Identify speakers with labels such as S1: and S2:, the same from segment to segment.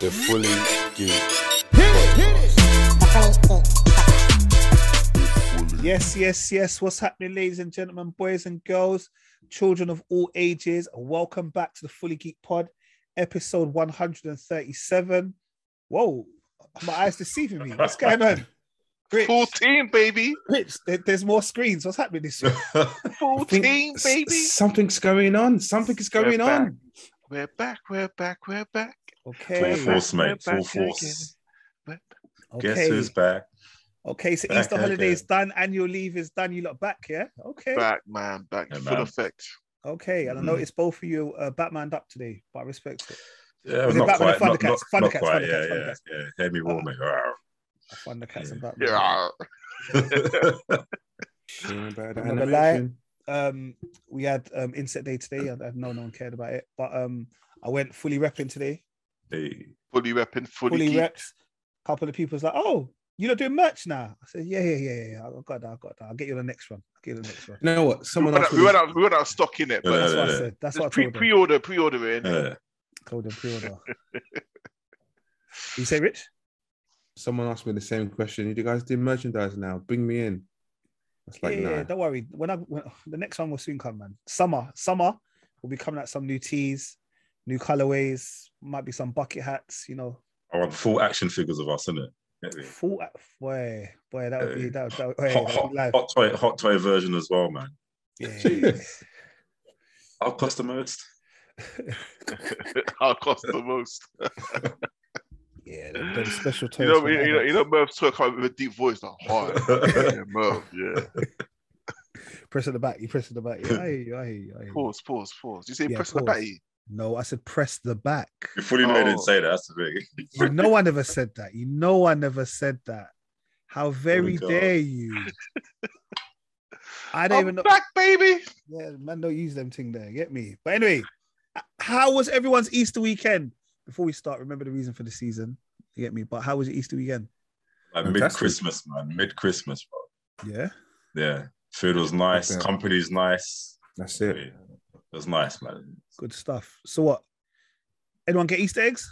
S1: the fully geek.
S2: Yes, yes, yes. What's happening, ladies and gentlemen, boys and girls, children of all ages? Welcome back to the Fully Geek Pod, episode 137. Whoa, my eyes deceiving me. What's going on? Rich,
S3: 14, baby.
S2: Rich, there- there's more screens. What's happening this week?
S4: I think
S3: 14,
S4: s-
S3: baby.
S4: Something's going on. Something is going
S3: back.
S4: on.
S3: We're back, we're back, we're back.
S2: Okay.
S1: Full force, mate.
S3: We're
S1: Full
S3: back again.
S1: force. Guess
S2: Okay.
S1: who's back?
S2: Okay, so
S1: Back
S2: Easter holiday is
S1: again.
S2: done, annual leave is done. You lot back, yeah? Okay.
S3: Back, man, back.
S1: Yeah,
S3: full
S1: man.
S3: effect.
S2: Okay. And I
S4: Mm-hmm.
S1: Mhm.
S2: noticed both of you uh, Batmaned up today, but I respect it.
S1: Yeah,
S2: Was it
S1: not
S2: Batman
S1: quite. Not,
S2: and Thundercats?
S1: not, not
S2: Thundercats,
S1: quite.
S2: Thundercats,
S1: yeah,
S2: Thundercats. Oh,
S1: yeah, yeah. Hear me roar, mate. Rawr.
S2: I find the cats and Batman.
S3: Yeah.
S4: Sorry about
S2: I'm not gonna
S4: the
S2: lie.
S4: animation.
S2: um we had um insect day today and, and no no one cared about it but um i went fully repping today
S1: Hey,
S3: Fully repping, fully,
S2: fully
S3: geek.
S2: reps a couple of people's like oh you're not doing merch now i said yeah yeah yeah yeah, yeah. i've got that i've got that i'll get you the next one i'll get you the next one
S4: You know what?
S3: We
S4: Someone
S3: went,
S4: else.
S3: out, we, went out, we went out of stock in it,
S1: Yeah,
S3: but
S1: yeah,
S2: that's what i
S1: yeah.
S2: said that's
S3: just
S2: what i
S3: pre
S2: told
S3: pre
S2: them
S3: order, pre order in.
S1: yeah.
S2: told them pre-order you say rich
S4: Someone asked me the same question. You guys do merchandise now. Bring me in. That's like
S2: yeah, yeah, yeah,
S4: no.
S2: don't worry when i when, the next one will soon come man summer summer will be coming out some new teas new colorways might be some bucket hats you know
S1: I want Oh, full action figures of us, innit? Get me.
S2: full uh, boy boy that would be that would, that would, that
S1: Hot,
S2: would
S1: hot,
S2: be live.
S1: hot toy, hot toy version as well, man.
S2: Yeah.
S1: I'll cost the most.
S3: I'll cost the most.
S2: Yeah, the, the special toys.
S3: You know,
S2: for
S3: you,
S2: the
S3: you know,
S2: adults.
S3: you know, Merv talk out with a deep voice, like hard. yeah, Merv, yeah.
S2: press at the back. You press at the back. Yeah, I hear you. I hear you. I hear you.
S3: Pause, pause, pause. You say
S2: Yeah,
S3: press the
S2: pause.
S3: batty.
S2: No, I said press the back.
S1: You fully know they didn't
S3: Oh.
S1: say that. That's the thing.
S2: You know, I never said that. You know, I never said that.
S3: Oh
S2: How very
S1: God.
S2: dare you? I don't
S3: I'm
S2: even know.
S3: back, baby.
S2: Yeah, man, don't use them thing there. Get me. But anyway, h- how was everyone's Easter weekend? Before we start, remember the reason for the season. You get me? But how was your Easter weekend?
S1: Like
S4: Fantastic.
S1: mid Christmas, man. Mid Christmas, bro.
S2: Yeah.
S1: Yeah. Food was nice.
S4: Yeah.
S1: Company's nice.
S4: That's
S1: Yeah.
S4: it.
S1: It was nice, man.
S2: Good stuff. So what? Anyone get Easter eggs?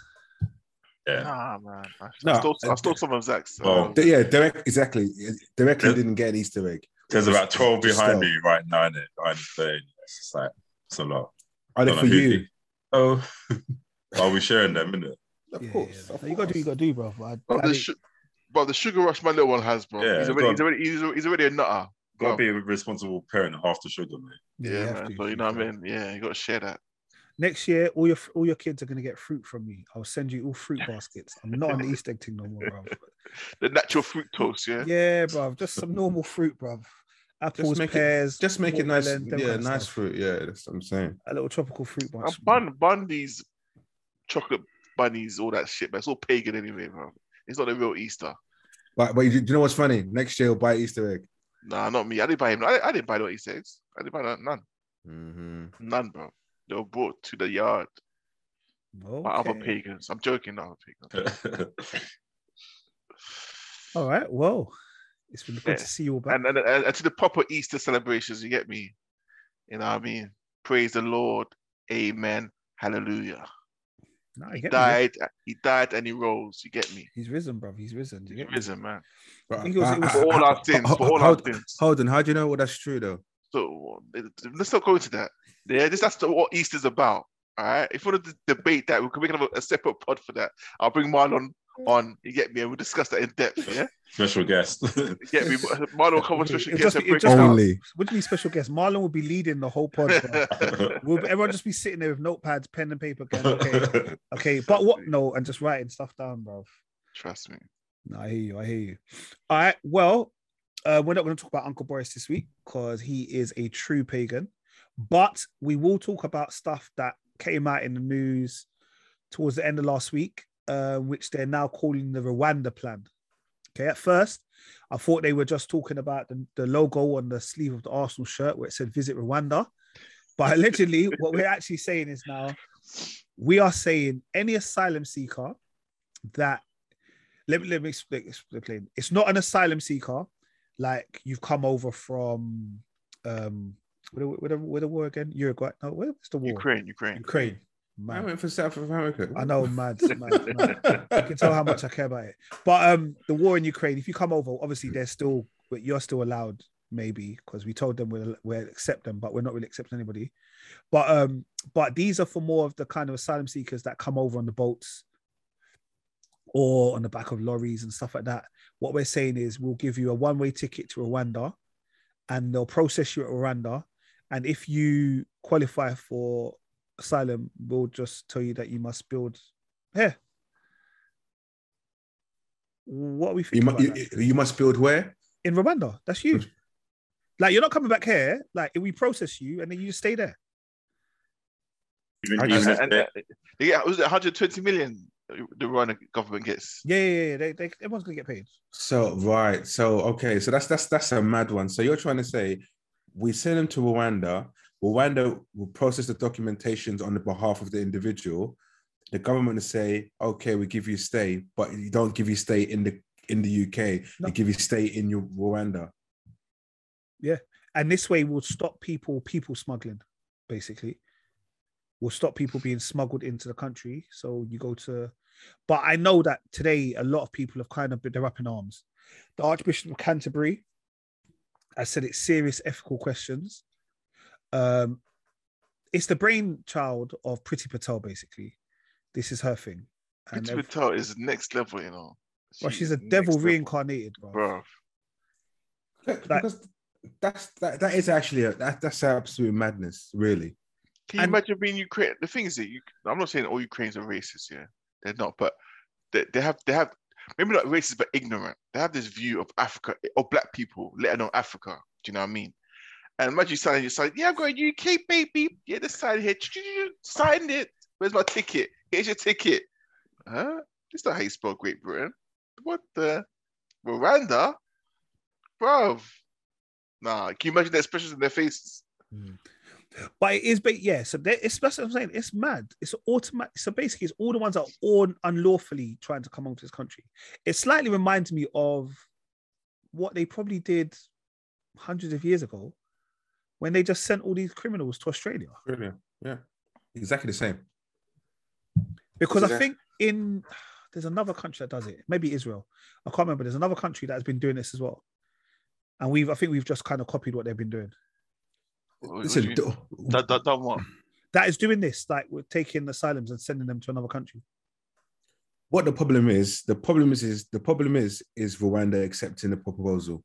S1: Yeah.
S3: Nah, man. I,
S4: No,
S3: I, stole, I
S4: I-
S3: stole some of Zach's.
S1: Oh.
S3: um,
S4: D- Yeah, direct, exactly. Directly
S1: Yeah.
S4: didn't get an Easter egg.
S1: There's about 12 behind
S4: Still.
S1: me right now, innit? Behind the stage. It's just like, it's a lot.
S4: Are they
S1: Don't
S4: for
S1: know who
S4: you?
S1: did- Oh, are we sharing them, innit?
S4: Of
S2: Yeah,
S4: course.
S2: yeah.
S4: of
S2: No, you got to do, you got to do, bro. I,
S3: Bro,
S2: I
S3: the
S2: didn't-
S3: su- bro, the sugar rush my little one has, bro.
S1: Yeah,
S3: he's, already,
S1: go
S3: he's, already, he's, already, he's already a nutter.
S1: Gotta
S3: Bro.
S1: be a responsible parent after sugar, mate.
S3: Yeah,
S2: you have
S3: man.
S2: to.
S3: So you know what I mean? Yeah, you got to share that.
S2: Next year, all your all your kids are gonna get fruit from me. I'll send you all fruit baskets. I'm not on the Easter egg thing no more, bro.
S3: The natural fruit toast, yeah.
S2: Yeah, bro. Just some normal fruit, bro. Apples,
S4: make it-
S2: pears.
S4: Just make it nice.
S2: watermelon, them
S4: Yeah,
S2: kind of
S4: nice
S2: stuff.
S4: fruit. Yeah, that's what I'm saying.
S2: A little tropical fruit
S3: And
S2: bunch. man.
S3: bun, bun these chocolate bunnies, all that shit, man. It's all pagan anyway, bro. It's not a real Easter.
S4: But, but you, do you know what's funny? Next year, you'll buy Easter egg.
S3: Nah, not me. I didn't buy him. I, I didn't buy no Easter eggs. I didn't buy none. None, none bro. They were brought to the yard by other
S2: Okay.
S3: pagans. I'm joking, not other pagans.
S2: All right. Well, it's been good
S3: Yeah.
S2: to see you all back.
S3: and, and, and and to the proper Easter celebrations, you get me? You know what I mean? Praise the Lord. Amen. Hallelujah.
S2: Nah, you get me, yeah.
S3: died. He died and he rose. You get me?
S2: He's risen, bro. He's risen. You
S3: He's
S2: get me?
S3: risen, man.
S4: But-
S2: think it was- it
S4: but-
S2: was-
S3: For all our sins. For all our
S4: Hold-
S3: sins.
S4: Hold on, how do you know what that's true though?
S3: So uh, let's not go into that. Yeah, this that's the, what Easter's about. All right. If you want to debate that, we can make another- a separate pod for that. I'll bring Marlon on. You get me? And we'll discuss that in depth. Yeah.
S1: Special guest.
S3: You get me? Marlon will come on special
S2: It'll
S3: guest
S2: just
S3: and
S2: be-
S3: break
S2: it'll just
S3: it down.
S4: Only.
S2: What do you mean special guest? Marlon will be leading the whole pod. Bro.
S1: Oh.
S2: We'll be- everyone just be sitting there with notepads, pen and paper. Going, okay, okay, but what? No, and just writing stuff down, bro.
S3: Trust me.
S2: No, I hear you. I hear you. All right. Well, uh, we're not going to talk about Uncle Boris this week because he is a true pagan, but we will talk about stuff that came out in the news towards the end of last week, uh, which they're now calling the Rwanda plan. Okay. At first, I thought they were just talking about the, the logo on the sleeve of the Arsenal shirt where it said "Visit Rwanda," but allegedly, what we're actually saying is now we are saying any asylum seeker that let me let me explain, explain. It's not an asylum seeker, like you've come over from um where the, where the, where the war again? Uruguay? No, where was the war?
S3: Ukraine, Ukraine.
S2: Ukraine.
S4: I
S2: mad.
S4: went for South America.
S2: I know, mad, mad, mad. You can tell how much I care about it. But um, the war in Ukraine. If you come over, obviously they're still, but you're still allowed, maybe because we told them we'll, we'll accept them, but we're not really accepting anybody. But um, but these are for more of the kind of asylum seekers that come over on the boats or on the back of lorries and stuff like that. What we're saying is we'll give you a one-way ticket to Rwanda, and they'll process you at Rwanda, and if you qualify for asylum, we'll just tell you that you must build here. What are we
S4: You,
S2: thinking
S4: mu-
S2: about
S4: you,
S2: that?
S4: you- you must build where?
S2: in Rwanda? That's huge. Like you're not coming back here. Like we process you, and then you just stay there.
S1: Even,
S4: And-
S1: even if
S3: And,
S1: they-
S3: uh, yeah, was it 120 million the Rwanda government gets?
S2: Yeah, yeah, yeah. They, they, everyone's gonna get paid.
S4: So right. So okay. So that's that's that's a mad one. So you're trying to say we send them to Rwanda. Rwanda will process the documentations on the behalf of the individual. The government will say, okay, we give you stay, but you don't give you stay in the in the UK.
S2: No.
S4: They give you stay in your Rwanda.
S2: and this way we'll stop people people smuggling basically we'll stop people being smuggled into the country so you go to but i know that today a lot of people have kind of been they're up in arms the archbishop of canterbury has said it's serious ethical questions um it's the brainchild of pretty patel basically this is her thing and
S3: Priti
S2: ev-
S3: Patel is next level, you know.
S2: well,
S3: She
S2: she's
S3: is
S2: a
S3: next
S2: devil
S3: level,
S2: reincarnated bro.
S3: Bro,
S4: Look,
S2: That-
S4: because that's that, that is actually a, that that's absolute madness, really.
S3: can you
S2: And-
S3: imagine being Ukraine? The thing is that you, I'm not saying all Ukrainians are racist. Yeah, they're not, but they, they have they have maybe not racist, but ignorant. They have this view of Africa or black people, let alone Africa. Do you know what I mean? And imagine you signing, you like, yeah, I'm going UK, baby. Yeah, this side here, signed it. Where's my ticket? Here's your ticket. Huh? This not how you spell Great Britain. What the? Miranda? Bruv. Nah, can you imagine the expressions in their faces?
S2: But it is, but yeah. So there, it's that's what I'm saying. It's mad. It's automatic. So basically, it's all the ones that are all unlawfully trying to come over to this country. It slightly reminds me of what they probably did hundreds of years ago when they just sent all these criminals to Australia.
S4: Brilliant. Yeah. Exactly the same.
S2: Because I
S4: Yeah.
S2: think in there's another country that does it. Maybe Israel. I can't remember. There's another country that has been doing this as well. And we've, I think we've just kind of copied what they've been doing.
S3: What- what do
S4: Listen,
S3: you-
S4: do-
S3: Done- done- done what?
S2: That is doing this, like we're taking asylums and sending them to another country.
S4: what the problem is, the problem is, is the problem is, is Rwanda accepting the proposal.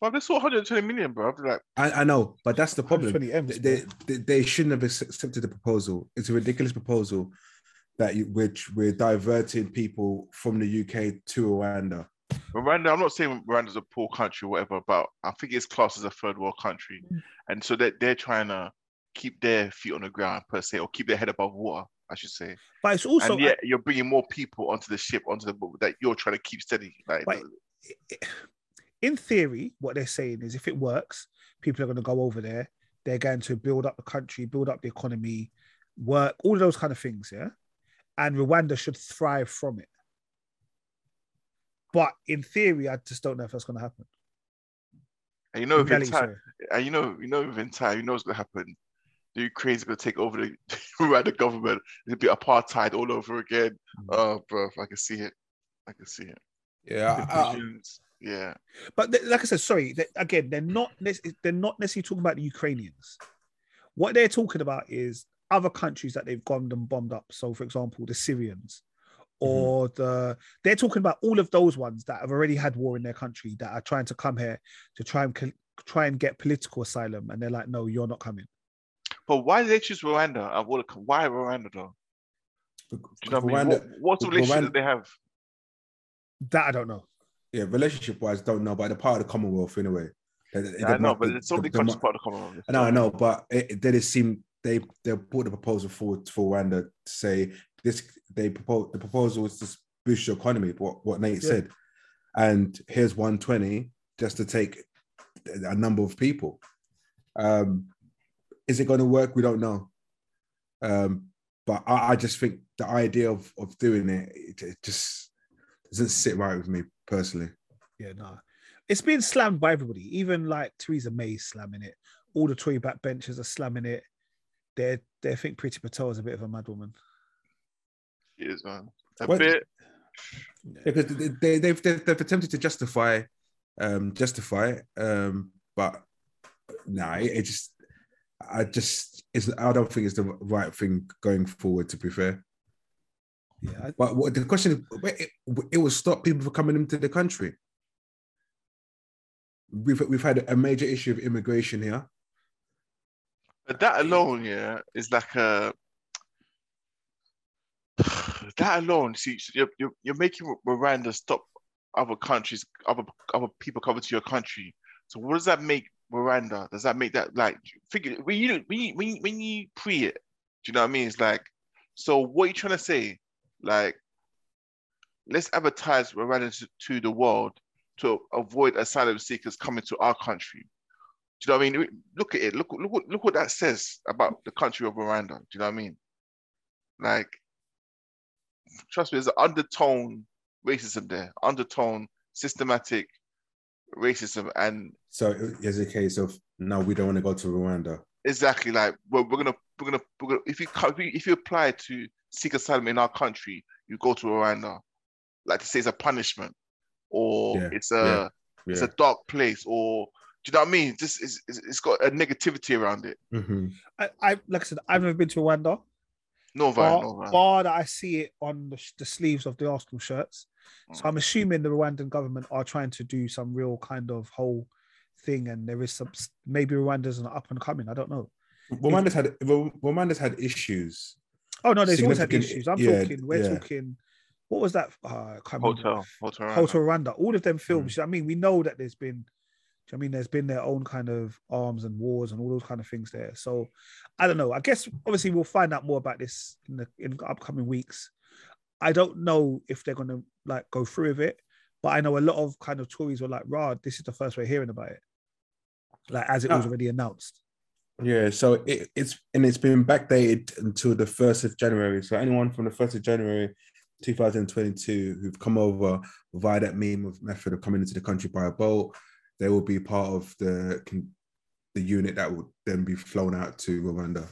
S3: Well, they saw 120 million, bro. Like,
S4: I, I know, but that's the problem.
S2: 120 M's,
S4: They, they, they- they shouldn't have accepted the proposal. It's a ridiculous proposal that you, which we're diverting people from the UK to Rwanda.
S3: Miranda, I'm not saying Miranda's a poor country or whatever, but I think it's classed as a third world country.
S2: Mm.
S3: And so that they're trying to keep their feet on the ground, per se, or keep their head above water, I should say.
S2: But it's also
S3: and yet you're bringing more people onto the ship, onto the boat that you're trying to keep steady. Like,
S2: Wait. in theory, what they're saying is if it works, people are going to go over there. They're going to build up the country, build up the economy, work, all of those kind of things. Yeah. And Rwanda should thrive from it. But in theory, I just don't know if that's going to happen.
S3: and you know,
S2: In
S3: within
S2: reality,
S3: time,
S2: sorry.
S3: and you know, you know, within time, you know what's gonna happen. The Ukraine's gonna take over the Rwanda government. It'll be apartheid all over again.
S2: Mm.
S3: Oh, bro, I can see it. I can see it.
S2: Uh,
S4: Yeah,
S3: Divisions. yeah.
S2: But th- like I said, sorry. th- again, they're not nec- they're not necessarily talking about the Ukrainians. What they're talking about is other countries that they've gone and bombed up. So, for example, the Syrians, or the they're talking about all of those ones that have already had war in their country that are trying to come here to try and col- try and get political asylum, and they're like, no, you're not coming.
S3: But why did they choose Rwanda? I want to. Why Rwanda though? Do you know what I mean?
S4: Rwanda,
S3: What, what
S4: Rwanda-
S3: relationship do they have?
S2: That I don't know.
S4: yeah, relationship wise, don't know, but they're part of the Commonwealth in a way. They- they-
S3: Yeah,
S4: they
S3: I know,
S4: might-
S3: but it's so
S4: they-
S3: many
S4: they
S3: countries
S4: might-
S3: part of the Commonwealth.
S4: I know, I know, but it, it- they just seem they they put the proposal forward for Rwanda to say this. They propose the proposal is to boost your economy, what what Nate
S2: Yeah.
S4: said, and here's 120 just to take a number of people. Um, is it going to work? We don't know. Um, but I, I just think the idea of of doing it, it, it just doesn't sit right with me personally.
S2: Yeah, no. It's been slammed by everybody, even like Theresa May slamming it. All the Tory backbenchers are slamming it. They they think Pretty Patel is a bit of a mad woman.
S3: She is, man. A
S4: What-
S3: bit.
S4: because they, they, they've, they've they've attempted to justify um justify it, um but nah it, it just i just it's i don't think it's the right thing going forward to be fair
S2: Yeah, I-
S4: but what the question is wait, it, it will stop people from coming into the country we've we've had a major issue of immigration here
S3: But that alone, yeah, is like a. That alone, see, so you're, you're, you're making Miranda stop other countries, other other people coming to your country. So what does that make Miranda? Does that make that like figure when you when you, when you, when you pre it? Do you know what I mean? It's like, so what are you trying to say? Like, let's advertise Miranda to, to the world to avoid asylum seekers coming to our country. Do you know what I mean? Look at it. Look, look, what- look what that says about the country of Rwanda. Do you know what I mean? Like, trust me, there's an undertone racism there, undertone systematic racism, and
S4: so it's a case of no we don't want to go to rwanda
S3: exactly like we're, we're gonna we're gonna we're gonna if you co- if you apply to seek asylum in our country, you go to Rwanda, like to say it's a punishment or
S4: Yeah,
S3: it's a
S4: yeah.
S3: it's a dark place or do you know what I mean? Just it's, it's it's got a negativity around it.
S4: hmm
S2: I, I like I said, I've never been to Rwanda.
S3: No, Van, no,
S2: Bar,
S3: Van.
S2: bar that I see it on the, sh- the sleeves of the Arsenal shirts.
S4: Mm.
S2: So I'm assuming the Rwandan government are trying to do some real kind of whole thing, and there is some s- maybe Rwanda's an up and coming. I don't know.
S4: Rwanda's had Rwanda's had issues
S2: Oh no, there's always had
S4: Significant-
S2: issues. I'm
S4: yeah,
S2: talking. We're
S4: yeah.
S2: talking. What was that? Uh, I can't remember.
S3: Hotel, hotel, Rwanda.
S2: Hotel Rwanda, all of them films.
S4: Hmm.
S2: I mean, we know that there's been, do you know what I mean, there's been their own kind of arms and wars and all those kind of things there. So I don't know. I guess obviously we'll find out more about this in the in the upcoming weeks. I don't know if they're gonna like go through with it, but I know a lot of kind of Tories were like, "Rod, this is the first we're hearing about it," like as it was
S4: Ah.
S2: already announced.
S4: Yeah, so it, it's and it's been backdated until the first of January. So anyone from the first of January, two thousand twenty-two, who've come over via that meme of method of coming into the country by a boat, they will be part of the con- the unit that will then be flown out to Rwanda.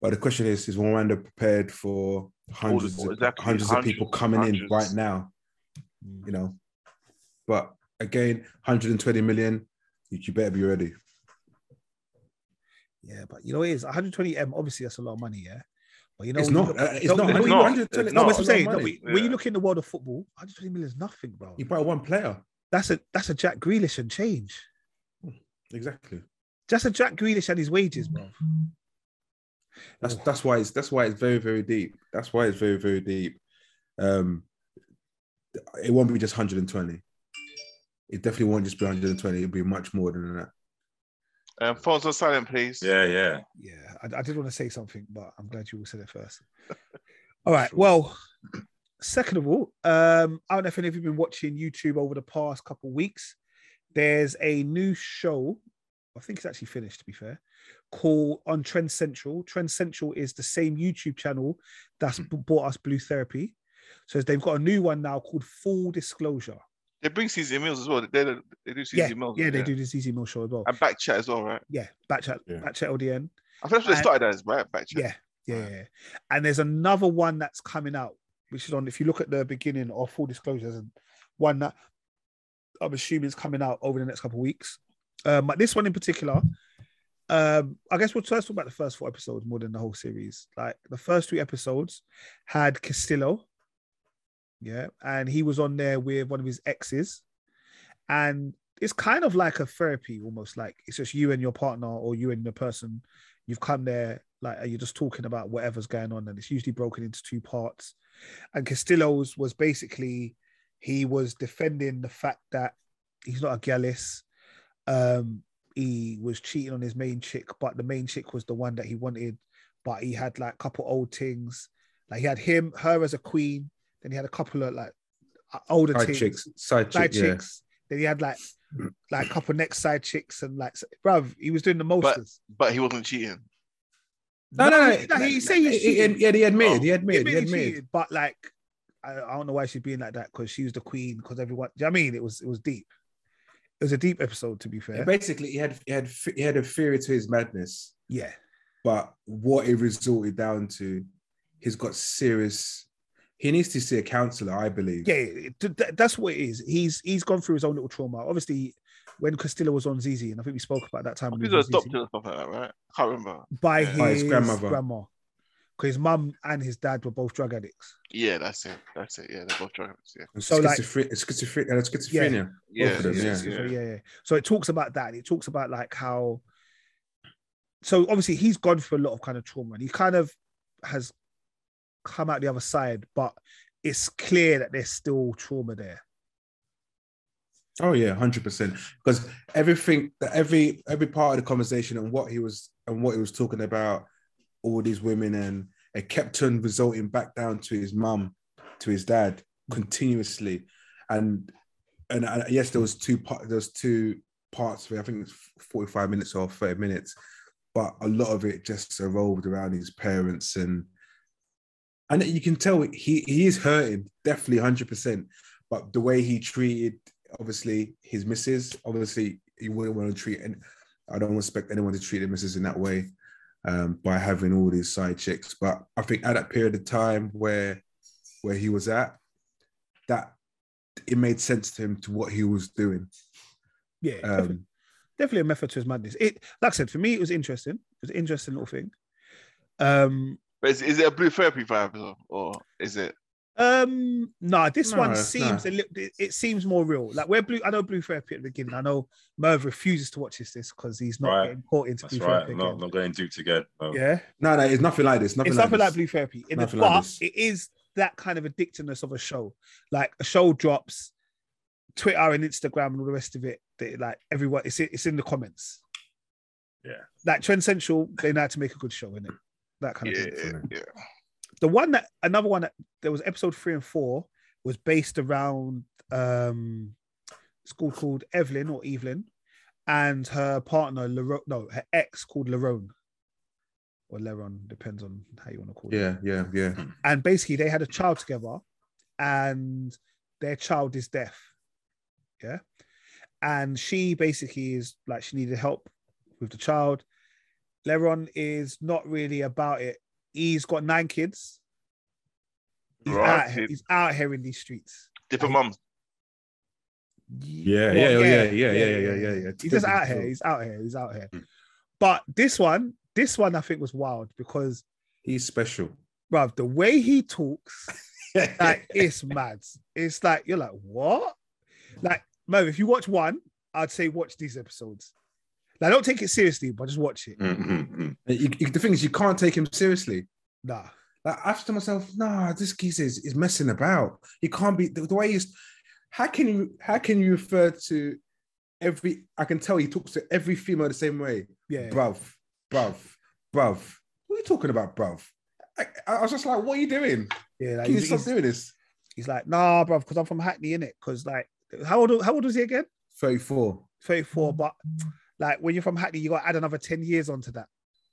S4: But the question is: Is Rwanda prepared for hundreds,
S3: all-
S4: of,
S3: exactly,
S4: hundreds, of people
S3: hundreds,
S4: coming in
S3: hundreds.
S4: right now? You know, but again, hundred and twenty million. You, you better be ready.
S2: Yeah, but you know it is 120 m. Obviously, that's a lot of money. Yeah, but you know
S4: It's
S2: when you
S4: not.
S2: look-
S4: uh, It's
S2: no,
S4: not.
S2: no,
S3: it's
S4: money,
S3: not.
S4: 120
S3: It's
S2: No,
S3: not
S2: but
S4: it's
S2: I'm
S4: not
S2: saying no,
S4: money.
S2: when when you
S3: Yeah.
S2: look in the world of football, 120 million is nothing, bro.
S4: You buy one player.
S2: that's a that's a Jack Grealish and change.
S4: Exactly.
S2: That's a Jack Grealish and his wages, bro.
S4: That's
S2: Oh.
S4: that's why it's that's why it's very very deep. That's why it's very very deep. Um, it won't be just 120. It definitely won't just be 120. It'll be much more than that.
S3: Um, phones on silent, please.
S1: Yeah, yeah.
S2: Yeah, I, I did want to say something, but I'm glad you all said it first. All right. Well, second of all, um, I don't know if any of you've been watching YouTube over the past couple weeks. There's a new show. I think it's actually finished, to be fair. Called on Trend Central. Trend Central is the same YouTube channel that's b- brought us Blue Therapy. So they've got a new one now called Full Disclosure.
S3: They bring season meals as well. They, they, they do
S2: Yeah,
S3: season meals.
S2: yeah, they do this Easy Meal show as well.
S3: And back chat as well, right?
S2: Yeah, back chat,
S4: Yeah.
S2: back chat LDN.
S3: I think that's what
S2: And-
S3: they started as, right? Back chat.
S2: Yeah, yeah, yeah. And there's another one that's coming out, which is on. If you look at the beginning of full disclosures, and one that I'm assuming is coming out over the next couple of weeks. Um, but this one in particular, um, I guess we'll first talk about the first four episodes more than the whole series. Like the first three episodes had Castillo, yeah, and he was on there with one of his exes, and it's kind of like a therapy almost. Like it's just you and your partner, or you and the person you've come there like and you're just talking about whatever's going on and it's usually broken into two parts and castillo's was basically he was defending the fact that he's not a gallus um he was cheating on his main chick but the main chick was the one that he wanted but he had like a couple old things like he had him her as a queen then he had a couple of like older
S4: Side
S2: things
S4: chicks. Side,
S2: side
S4: chick, yeah.
S2: chicks then he had like like a couple next side chicks and like bruv he was doing the most
S3: But he wasn't cheating.
S4: No, no, no.
S2: he- no, he Oh, say he's
S4: he, he,
S2: cheating.
S4: yeah, he admitted. He
S2: It
S4: admitted. He
S2: really
S4: admitted.
S2: cheated, but like, I, I don't know why she's being like that because she was the queen. Because everyone, do you know what I mean, it was it was deep. It was a deep episode, to be fair.
S4: Basically, he had he had he had a theory to his madness.
S2: Yeah,
S4: But what it resulted down to, he's got serious. He needs to see a counselor, I believe.
S2: Yeah, it- th- th- that's what it is. He's he's gone through his own little trauma. Obviously, when Castillo was on Zizi, and I think we spoke about that time when he
S3: He's
S2: was on
S3: adopted
S2: Zizi,
S3: or something like that, right? I can't remember.
S2: by
S3: Yeah.
S2: his,
S4: By his grandmother.
S2: grandma, because his mum and his dad were both drug addicts.
S3: Yeah, that's it. That's it. Yeah, they're both drug addicts. Yeah.
S2: So, like-
S4: Schizophren- schizophren- uh, schizophrenia.
S3: Yeah,
S4: of them,
S3: yeah,
S4: yeah.
S2: So, yeah, yeah. So it talks about that. It talks about like how. So obviously he's gone through a lot of kind of trauma, and he kind of has come out the other side, but it's clear that there's still trauma there.
S4: Oh yeah, hundred percent. Because everything, every every part of the conversation and what he was and what he was talking about, all these women and it kept on resulting back down to his mum, to his dad, continuously, and and, and yes, there was two part, there was two parts of it. I think it's forty five minutes or thirty minutes, but a lot of it just revolved around his parents and and you can tell he he is hurting definitely hundred percent, but the way he treated obviously his missus. Obviously, you wouldn't want to treat, and I don't expect anyone to treat their missus in that way um, by having all these side chicks. But I think at that period of time where where he was at, that it made sense to him to what he was doing.
S2: Yeah, definitely.
S4: Um,
S2: definitely a method to his madness. It, like I said, for me, it was interesting. It was an interesting little thing. Um,
S3: But is, is it a blue therapy vibe as well, or is it?
S2: um, nah, this
S4: No,
S2: one
S4: it's
S2: seems a little. It, it seems more real. Like where blue, I know blue therapy at the beginning. I know Merv refuses to watch this this because he's not
S1: Right.
S2: getting caught into
S1: That's
S2: blue
S1: right.
S2: therapy.
S1: No,
S2: again.
S1: not going duped again. No.
S2: Yeah,
S4: no, no, it's nothing like this. Nothing
S2: it's
S4: like
S2: nothing
S4: this.
S2: like blue therapy. In the,
S4: Nothing like
S2: but
S4: this.
S2: it is that kind of addictiveness of a show. Like a show drops, Twitter and Instagram and all the rest of it. They, like everyone, it's it's in the comments.
S1: Yeah.
S2: Like Trend Central, they know how to make a good show in it. That kind of
S3: Yeah,
S2: thing.
S3: yeah.
S2: the one that another one that there was episode three and four was based around um it's called called Evelyn or Evelyn and her partner Lerone, no her ex called Lerone or Leron depends on how you want to call it
S4: Yeah, yeah, yeah.
S2: and basically they had a child together and their child is deaf yeah and she basically is like she needed help with the child leron is not really about it he's got nine kids he's, out,
S3: Right.
S2: here- he's out here in these streets
S3: Different mums.
S4: Yeah, yeah,
S2: Well,
S4: yeah, yeah, yeah, yeah, yeah, yeah, yeah. Hmm.
S2: he's just out here he's out here he's out here but this one this one i think was wild because
S4: He's special.
S2: bruv the way he talks like it's mad. It's like you're like what? Like, man, if you watch one, I'd say watch these episodes. Now, don't take it seriously, but just watch it.
S1: Mm-mm-mm.
S4: You- you- the thing is, you can't take him seriously.
S2: Nah,
S4: Like, I have to myself, nah, this geezer is, is messing about. He can't be the, the way he's. How can you how can you refer to every? I can tell he talks to every female the same way,
S2: yeah,
S4: bruv, bruv, bruv. What are you talking about, bruv? I, I was just like, what are you doing?
S2: yeah. Like,
S4: Can you
S2: he's,
S4: stop
S2: he's,
S4: doing this?
S2: he's like, nah, bruv, because I'm from Hackney, innit? Because like, how old? How old was he again?
S4: Thirty four.
S2: Thirty four.
S4: Mm.
S2: But like, when you're from Hackney, you got to add another ten years onto that.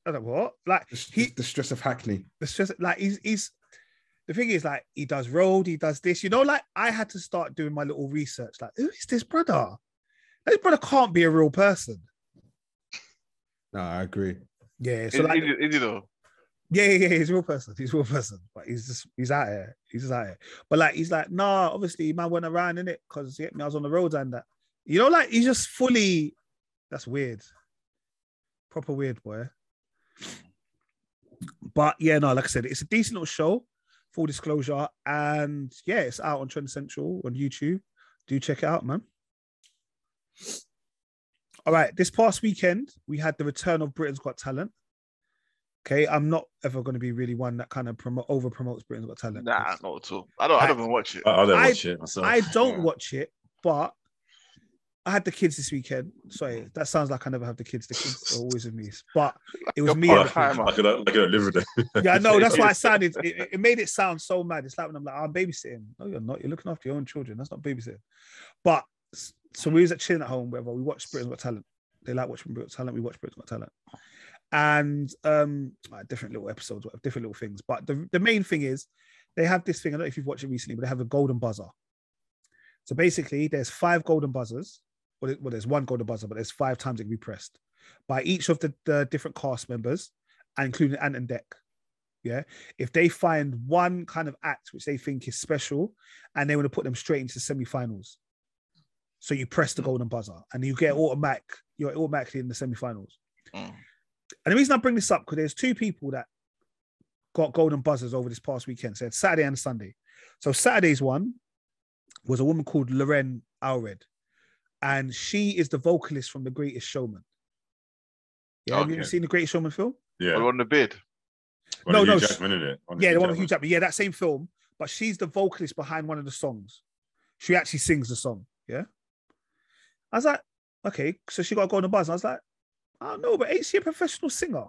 S2: I don't know what. Like,
S4: The,
S2: He-
S4: the stress of Hackney.
S2: it's just like he's he's the thing is like he does road, he does this, you know. Like I had to start doing my little research. Like, who is this brother? This brother can't be a real person.
S4: No, I agree.
S2: Yeah, so
S3: Is,
S2: like,
S3: is, it- is it though?
S2: yeah, yeah, yeah, he's a real person. He's a real person, but he's just he's out here. He's just out here. But like, he's like, nah. Obviously, man went around in it because me, I was on the roads and that. You know, like he's just fully. That's weird. Proper weird boy. But yeah, no, like I said, it's a decent little show. Full disclosure, and yeah, it's out on Trend Central on YouTube. Do check it out, man. All right, this past weekend we had the return of Britain's Got Talent. Okay, I'm not ever going to be really one that kind of promote over promotes Britain's Got Talent.
S3: Nah, not at all. I don't. I don't even watch it.
S1: I, I don't
S2: I-
S1: watch it myself.
S2: I don't
S3: Yeah.
S2: watch it, but I had the kids this weekend. Sorry, that sounds like I never have the kids. The kids are always with me, but it was
S3: You're
S2: me.
S1: Oh,
S2: and
S1: I,
S2: the
S3: part
S2: kids.
S1: can, I, can, I can live with it.
S2: Yeah, no, that's why I sounded. It, it made it sound so mad. It's like when I'm like, I'm babysitting. No, you're not. You're looking after your own children. That's not babysitting. But so we was at chilling at home. Whatever. We watched Britain's Got Talent. They like watching Britain's Got Talent. We watched Britain's Got Talent, and um, like, different little episodes, whatever, different little things. But the the main thing is, they have this thing. I don't know if you've watched it recently, but they have a golden buzzer. So basically, there's five golden buzzers. Well, there- well, there's one golden buzzer, but there's five times it can be pressed by each of the, the different cast members and including Ant and Deck. Yeah. If they find one kind of act which they think is special and they want to put them straight into semi-finals. So you press the golden buzzer and you get automatic, you're automatically in the semi-finals.
S3: Mm.
S2: And the reason I bring this up because there's two people that got golden buzzers over this past weekend. So it's Saturday and Sunday. So Saturday's one was a woman called Lorraine Alred, and she is the vocalist from The Greatest Showman. Yeah, have you
S3: Okay.
S2: ever seen The Greatest Showman film?
S1: Yeah.
S3: on the bid.
S1: One
S2: No,
S1: of
S2: no,
S1: Hugh Jackman, is it?
S2: yeah, the one with Hugh Jackman. Yeah, that same film, but she's the vocalist behind one of the songs. She actually sings the song. Yeah. I was like, okay, so she got a golden buzz. I was like, I don't know, but ain't she a professional singer?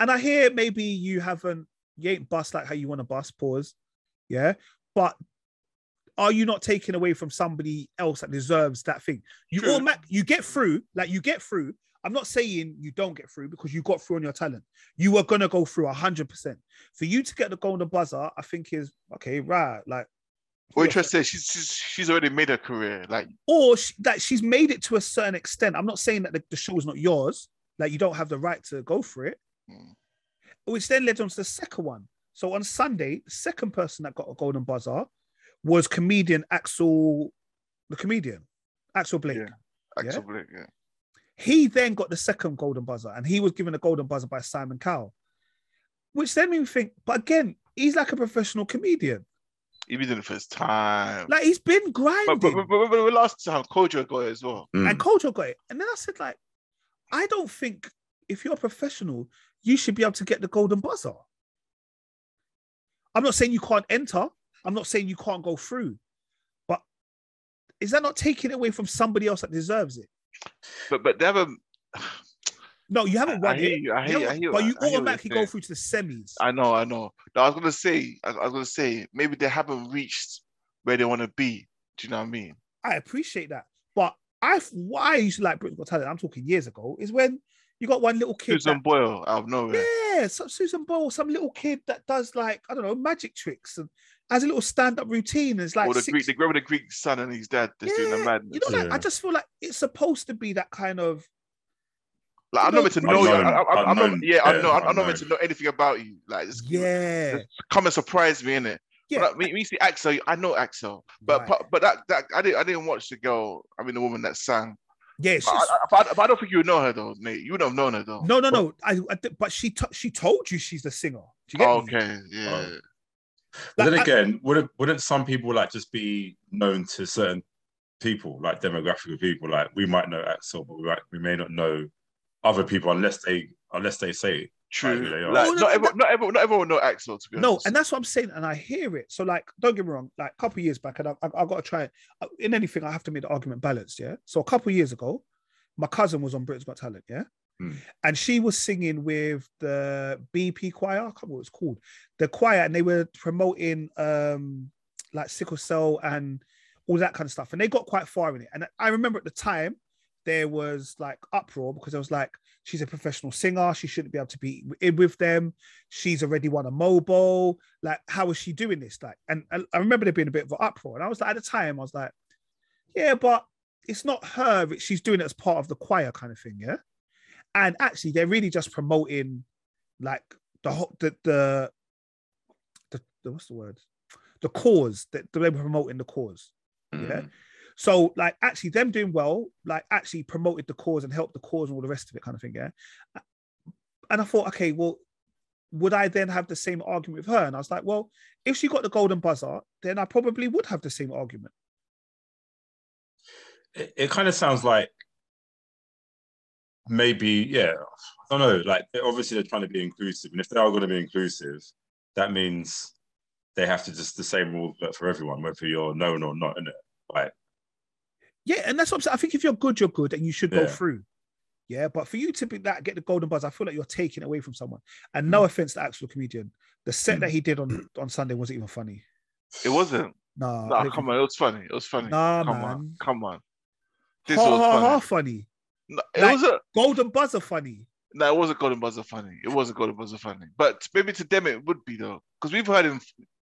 S2: And I hear maybe you haven't, you ain't bust like how you want to bust, pause. Yeah. But are you not taking away from somebody else that deserves that thing? You
S3: True.
S2: automatic, you get through, like you get through. I'm not saying you don't get through because you got through on your talent. You were gonna go through hundred percent. For you to get the golden buzzer, I think is okay, right? Like,
S3: Well, interesting. She's, she's she's already made her career. Like
S2: or she, that she's made it to a certain extent. I'm not saying that the, the show is not yours, like you don't have the right to go for it.
S3: Mm.
S2: Which then led on to the second one. So on Sunday, the second person that got a golden buzzer was comedian Axel, the comedian Axel Blake.
S3: Yeah. Axel Blake, yeah.
S2: He then got the second golden buzzer, and he was given a golden buzzer by Simon Cowell, which then made me think. But again, he's like a professional comedian.
S3: He was in it for his time.
S2: Like he's been grinding.
S3: but, but, but, but, but last time Kojo got it as well.
S1: Mm.
S2: and Kojo got it. And then I said, like, I don't think if you're a professional, you should be able to get the golden buzzer. I'm not saying you can't enter. I'm not saying you can't go through. But is that not taking it away from somebody else that deserves it?
S3: But but they haven't.
S2: No, you haven't
S3: I- I
S2: won
S3: hear
S2: it.
S3: you, I hear you, I
S2: haven't-
S3: hear
S2: but
S3: what-
S2: you
S3: I hear what you're
S2: automatically go
S3: saying.
S2: through to the semis.
S3: I know, I know. No, I was gonna say, I, I was gonna say, maybe they haven't reached where they want to be. Do you know what I mean?
S2: I appreciate that. But I why I used to like Britain's Got Talent, I'm talking years ago, is when you got one little kid.
S3: Susan
S2: that-
S3: Boyle out of nowhere.
S2: Yeah, some Susan Boyle, some little kid that does like I don't know magic tricks and has a little stand-up routine. It's like
S3: or the
S2: six-
S3: Greek, they grab the Greek son and his dad that's doing the
S2: Yeah,
S3: madness.
S2: You know, like
S1: Yeah.
S2: I just feel like it's supposed to be that kind of
S3: like, I'm not meant to
S2: you
S3: know you. I,
S1: know-
S3: I, I, I'm not,
S1: Unknown.
S3: yeah, I
S1: Yeah,
S3: know. I'm, I'm not meant
S1: unknown.
S3: to know anything about you. Like, just,
S2: yeah,
S3: come and surprise me in it.
S2: yeah.
S3: Like, me, me see Axel, I know Axel, but
S2: Right.
S3: but, but that, that I didn't I didn't watch the girl. I mean, the woman that sang.
S2: yeah. It's
S3: But I,
S2: just,
S3: I- but I, but I don't think you would know her though, mate. You would have known her though.
S2: no, no, no. I, I did- but she to- she told you she's the singer. Do you get
S3: Oh,
S2: me?
S3: okay, yeah.
S1: But then
S2: Like, I-
S1: again, wouldn't wouldn't some people like just be known to certain people, like demographic of people? Like we might know Axel, but we, might, we may not know other people unless they unless they say it.
S3: True.
S1: Like, they are.
S3: Like,
S2: No, no,
S3: not,
S2: no,
S3: everyone, not everyone, not everyone know Axel to be
S2: No,
S3: honest.
S2: and that's what I'm saying, and I hear it. So, like, don't get me wrong. Like, a couple of years back, and I, I, I got to try it. In anything, I have to make the argument balanced. Yeah. So, a couple of years ago, my cousin was on Britain's Got Talent. Yeah.
S1: Hmm.
S2: And she was singing with the BP choir. I can't remember what it's called. The choir, and they were promoting um like sickle cell and all that kind of stuff. And they got quite far in it. And I remember at the time there was like uproar because I was like, she's a professional singer. She shouldn't be able to be in with them she's already won a mobile. Like, how is she doing this? Like, and I, I remember there being a bit of an uproar. And I was like, at the time, I was like, yeah, but it's not her. it- She's doing it as part of the choir kind of thing. Yeah. And actually, they're really just promoting like the ho- the the, the, the what's the word? The cause that they were promoting the cause. Yeah. So like actually them doing well, like actually promoted the cause and helped the cause and all the rest of it kind of thing. Yeah. And I thought, okay, well, would I then have the same argument with her? And I was like, well, if she got the golden buzzer, then I probably would have the same argument.
S1: it, it kind of sounds like maybe yeah i don't know like they- obviously they're trying to be inclusive and if they are going to be inclusive that means they have to just the same rule but for everyone whether you're known or not in it like
S2: Yeah, and that's what I'm saying. I think if you're good, you're good, and you should go
S1: Yeah.
S2: through. Yeah, but for you to be that get the golden buzz, I feel like you're taking it away from someone. And
S3: Mm.
S2: no offense to actual comedian, the set
S1: Mm.
S2: that he did on on Sunday wasn't even funny.
S3: it wasn't.
S2: Nah, Oh, I
S3: Nah,
S2: don't
S3: come
S2: think-
S3: on, it was funny. It was funny.
S2: nah,
S3: come
S2: man.
S3: on, come on. This
S2: ha,
S3: was
S2: ha,
S3: funny.
S2: ha, funny.
S3: No, it
S2: Like-
S3: wasn't.
S2: Golden buzzer funny.
S3: No, it wasn't Golden Buzzer funny. It wasn't Golden Buzzer funny. But maybe to them it would be though, because we've heard him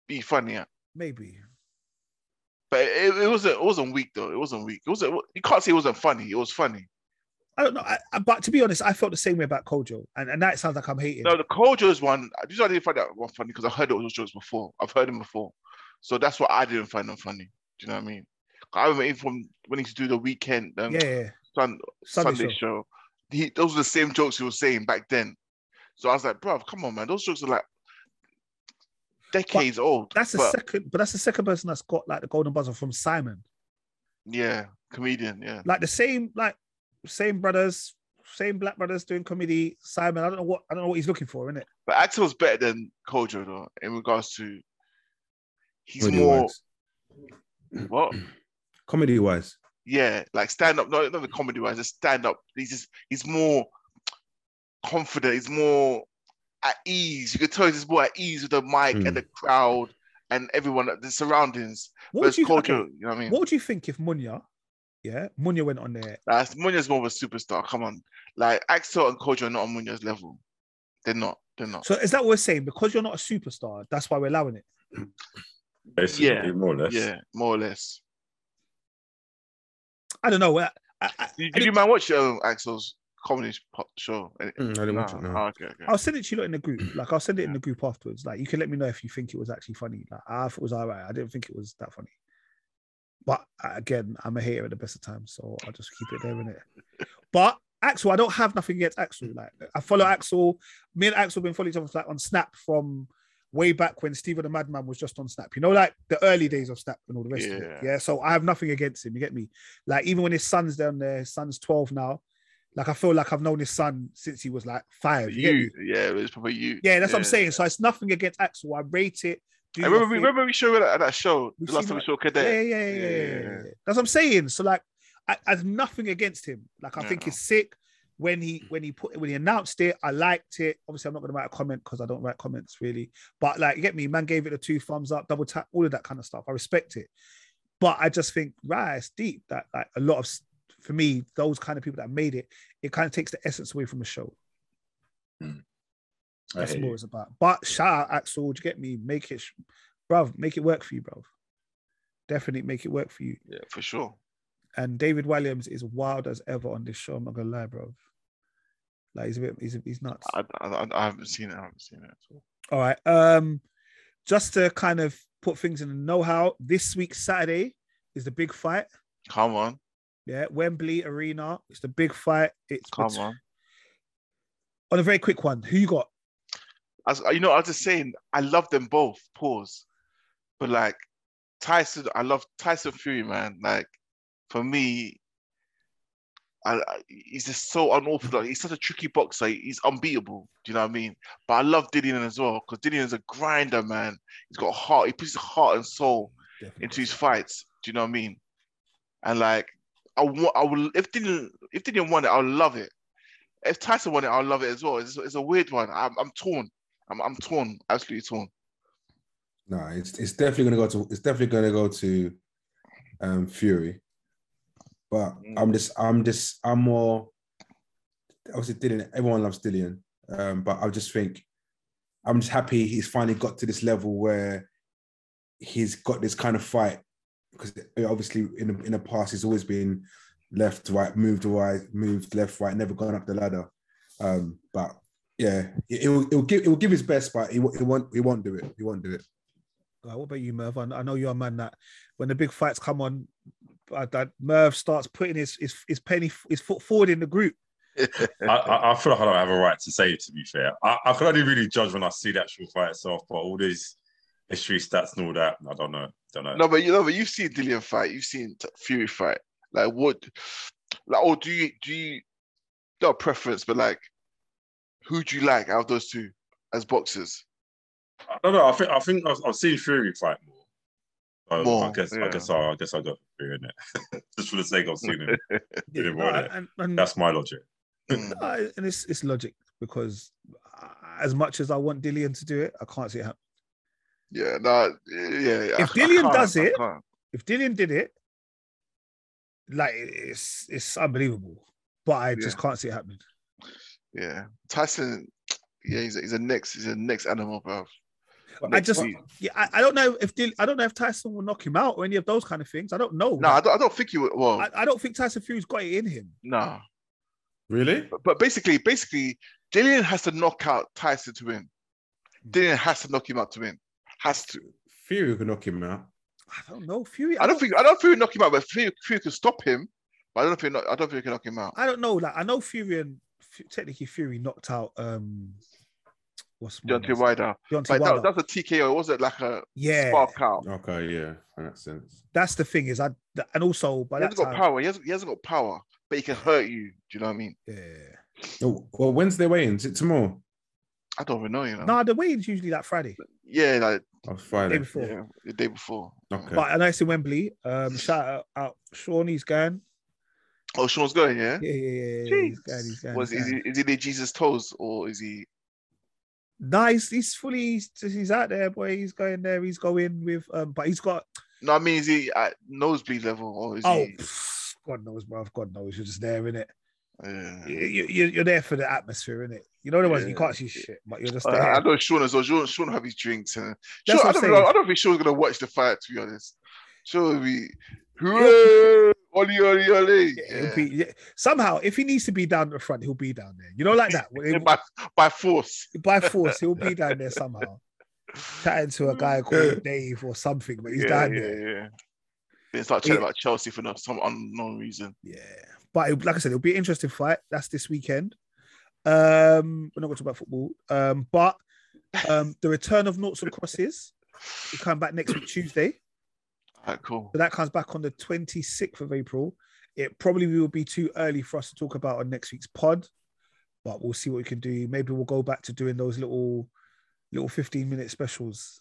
S3: be funnier.
S2: Maybe.
S3: But it, it wasn't. It wasn't weak though. It wasn't weak. It wasn't. You can't say it wasn't funny. It was funny.
S2: I don't know. I, I- but to be honest, I felt the same way about Kojo, and, and that sounds like I'm hating.
S3: No, the Kojo's one. I just I didn't find that one funny because I heard those jokes before. I've heard them before, so that's what I didn't find them funny. Do you know what I mean? I remember even from when he used to do the weekend um,
S2: yeah, yeah,
S3: Sun-
S2: Sunday,
S3: Sunday,
S2: show.
S3: show. He, those were the same jokes he was saying back then. So I was like, bro, come on, man. Those jokes are like decades old.
S2: That's the
S3: but,
S2: second, but that's the second person that's got like the golden buzzer from Simon.
S3: yeah, comedian. Yeah,
S2: Like the same, like same brothers, same black brothers doing comedy. Simon, I don't know what I don't know what he's looking for in it.
S3: but Axel's better than Kojo though in regards to he's
S4: Comedy
S3: more
S4: wise.
S3: what
S4: Comedy wise.
S3: yeah, like stand up, no, not the comedy wise, just stand up. He's just he's more confident, he's more at ease. You could tell he's just more at ease with the mic
S4: Mm.
S2: Hmm.
S3: and the crowd and everyone the surroundings.
S2: What
S3: Whereas
S2: would you?
S3: Kojo,
S2: okay,
S3: you know what I mean?
S2: What would you think if Munya, yeah, Munya went on there?
S3: Like, Munya's more of a superstar. Come on. Like Axel and Kojo are not on Munya's level. They're not. They're not.
S2: So is that what we're saying? Because you're not a superstar, that's why we're allowing it.
S1: basically,
S3: Yeah.
S1: more or less.
S3: yeah, more or less.
S2: I don't know. I, I, I,
S3: Did,
S2: I
S3: did you
S2: didn't-
S3: man watch um, Axel's comedy po- show? Eh,
S4: Mm, I didn't watch
S3: nah.
S4: it. No.
S3: Ah, okay, okay.
S2: I'll send it to you lot in the group. Like I'll send it in the group afterwards. Like you can let me know if you think it was actually funny. Like I thought it was alright. I didn't think it was that funny. But uh, again, I'm a hater at the best of times, so I'll just keep it there in it. But Axel, I don't have nothing against Axel. Like I follow
S3: Mm.
S2: Axel. Me and Axel been following each other like on Snap from way back when Steve the Madman was just on Snap. You know, like the early days of Snap and all the rest of it.
S3: Yeah.
S2: Yeah. So I have nothing against him. You get me? Like even when his son's down there, his son's 12 now. Like I feel like I've known his son since he was like five. You, get me?
S3: you, yeah, it was probably you.
S2: Yeah, that's what I'm
S3: Yeah.
S2: saying. So it's nothing against Axel. I rate it. do
S3: I
S2: your
S3: remember, we,
S2: thing.
S3: remember we showed it at that show
S2: We've
S3: the last
S2: seen
S3: time we
S2: it.
S3: saw
S2: yeah,
S3: Cadet.
S2: yeah, yeah, yeah, yeah, yeah,
S3: Yeah.
S2: yeah. That's what I'm saying. So like, I, I have nothing against him. Like I think
S3: No.
S2: it's sick. When he when he put when he announced it, I liked it. Obviously, I'm not going to write a comment because I don't write comments really. But like, you get me, man, gave it a two thumbs up, double tap, all of that kind of stuff. I respect it, but I just think right, it's deep. That like a lot of s- for me, those kind of people that made it, it kind of takes the essence away from the show.
S1: I
S2: That's
S1: hear
S2: more
S1: you.
S2: it's about. But shout out Axel, do you get me? Make it, sh- bruv, make it work for you, bruv. Definitely make it work for you.
S3: Yeah, for sure.
S2: And David Williams is wild as ever on this show. I'm not gonna lie, bruv. Like he's a bit, he's he's nuts.
S3: I, I, I- I haven't seen it. I haven't seen it at all.
S2: All right. Um, just to kind of put things in the know-how, this week Saturday is the big fight.
S3: Come on,
S2: Yeah, Wembley Arena. It's the big fight. It's
S3: come
S2: bet-
S3: on.
S2: on a very quick one. Who you got?
S3: I was- you know, I was just saying, I love them both. Pause. But like Tyson, I love Tyson Fury, man. Like for me, I, I, he's just so unorthodox. He's such a tricky boxer. He's unbeatable. Do you know what I mean? But I love Dillian as well because Dillian's a grinder, man. He's got heart. He puts his heart and soul into his fights. Do you know what I mean? And like, I want, I will if they didn't if they didn't want it, I'll love it. If Tyson won it, I'll love it as well. It's, it's a weird one. I'm, I'm torn. I'm, I'm torn. Absolutely torn.
S4: No, it's it's definitely gonna go to it's definitely gonna go to um Fury. But I'm just I'm just I'm more obviously Dillian, everyone loves Dillian. Um, but I just think I'm just happy he's finally got to this level where he's got this kind of fight. Because obviously in the in the past he's always been left to right, moved to right, moved left, right, never gone up the ladder. Um, but yeah, it, it will it'll give it will give his best, but he, won't- he won't he won't do it. He won't do it.
S2: All right, what about you, Merv? I I know you're a man that when the big fights come on, uh, that Merv starts putting his his his penny his foot forward in the group.
S1: I, I, I feel like I don't have a right to say it. To be fair, I, I can only really judge when I see the actual fight itself. But all these history stats and all that, I don't know. Don't know.
S3: No, but you know, but you've seen Dillian fight. You've seen T- Fury fight. Like what? Like, or do you do you not preference, but like, who do you like out of those two as boxers?
S1: I don't know. I think I think I've, I've seen Fury fight more. So I
S3: More,
S1: guess I
S3: yeah.
S1: guess I, I guess I got Fury in it just for the sake of seeing it. Yeah,
S2: No,
S1: right.
S2: and, and,
S1: That's my logic.
S3: Mm.
S2: no, and it's it's logic because uh, as much as I want Dillian to do it, I can't see it happen.
S3: Yeah, no, yeah. I-
S2: If
S3: I
S2: Dillian
S3: can't,
S2: does
S3: I
S2: it-
S3: can't.
S2: If Dillian did it, like it's it's unbelievable, but I just can't see it happening.
S3: yeah, Tyson. Yeah, he's a, he's a next he's a next animal, bro.
S2: I
S3: Next
S2: just
S3: beast.
S2: yeah, I, I don't know if Dill, I don't know if Tyson will knock him out or any of those kind of things. I don't know.
S3: no, I don't, I don't think he would. Well,
S2: I, I don't think Tyson Fury's got it in him.
S3: no,
S4: Really?
S3: But, but basically, basically, Dillian has to knock out Tyson to win.
S2: Hmm.
S3: Dillian has to knock him out to win. Has to.
S4: Fury could knock him out.
S2: I don't know. Fury.
S3: I don't think I don't think he knock him out, but Fury, Fury could stop him. But I don't think I don't think he can knock him out.
S2: I don't know. Like I know Fury and Fu- technically Fury knocked out um what's my
S3: Deontay
S2: man's-
S3: Wilder.
S2: Deontay
S3: Like that,
S2: Wilder.
S3: that's a TKO. It wasn't like a
S2: yeah,
S3: spark out.
S4: Okay, yeah, in that sense.
S2: that's the thing is I th- and also by
S3: He
S2: that
S3: hasn't got
S2: time
S3: power. He hasn't, he hasn't got power, but he can hurt you. Do you know what I mean?
S2: yeah.
S4: Oh, well, when's their weigh-in? Is it tomorrow?
S3: I don't even know. You know.
S2: Nah, the weigh-in's usually that Friday,
S3: Yeah, like
S4: Oh,
S2: day
S4: Friday.
S2: before.
S3: yeah, the day before.
S4: Okay.
S2: But I know it's in Wembley. Um, shout out Sean, he's going.
S3: Oh, Sean's going. Yeah.
S2: Yeah, yeah, yeah. yeah, He's going, he's going,
S3: Was
S2: he's
S3: is
S2: going.
S3: he, is he the Jesus toes or is he?
S2: Nah, he's, he's fully he's, he's out there, boy. He's going there. He's going with um, but he's got
S3: No, I mean is he at nosebleed level or is
S2: oh,
S3: he?
S2: pff, God knows, bro. God knows, you're just there in it.
S3: Yeah.
S2: You, you, you're there for the atmosphere, in it. You know the ones you
S3: Yeah.
S2: can't see shit, but you're just
S3: Uh,
S2: there.
S3: I know Sean as well. Sean, Sean will have his drinks, and
S2: That's
S3: Sean, I
S2: what I'm
S3: don't
S2: saying.
S3: know. I don't think Sean's gonna watch the fight. To be honest, Sean will be hooray, oli oli oli.
S2: It'll be- yeah. Somehow, if he needs to be down the front, he'll be down there. You know, like that. Well,
S3: Yeah,
S2: it-
S3: by, by force.
S2: by force, he'll be down there somehow. Chatting to a guy called Dave or something, but he's
S3: yeah,
S2: down
S3: yeah,
S2: there.
S3: yeah. Then start chatting
S2: Yeah.
S3: about Chelsea for no, some unknown reason.
S2: Yeah. But it- like I said, it'll be an interesting fight. That's this weekend. Um, we're not going to talk about football. Um, but um, the return of noughts and crosses. We come back next week, Tuesday.
S3: All right, cool.
S2: So that comes back on the 26th of April. It probably will be too early for us to talk about on next week's pod, but we'll see what we can do. Maybe we'll go back to doing those little little 15 minute specials.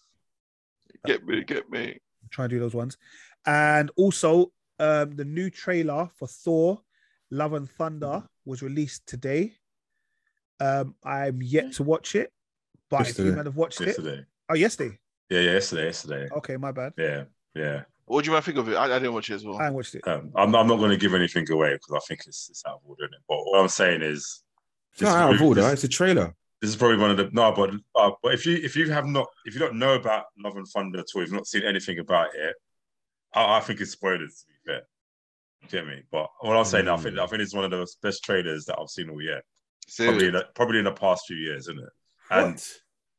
S3: Get me, get me.
S2: Try and do those ones. And also, um, the new trailer for Thor, Love and Thunder was released today. Um, I'm yet to watch it, but if
S4: Yesterday.
S2: you might have watched it.
S1: yesterday.
S2: Oh, yesterday.
S1: Yeah, yeah, yesterday, yesterday.
S2: Okay, my bad.
S1: Yeah, yeah.
S3: What do you want to think of it? I, I didn't watch it as well.
S2: I haven't watched it.
S1: Um, I'm, I'm not going to give anything away because I think it's, it's out of order. innit? But what I'm saying is,
S4: It's not out of
S1: this-
S4: order.
S1: this-
S4: It's a trailer.
S1: this is probably one of the no, but uh, but if you if you have not if you don't know about Love and Thunder at all, you've not seen anything about it, I, I think it's spoilers to be fair. Do you get me? But what I'm saying, I think I think it's one of the best trailers that I've seen all year.
S3: Serious.
S1: Probably in the, probably in the past few years, isn't it? And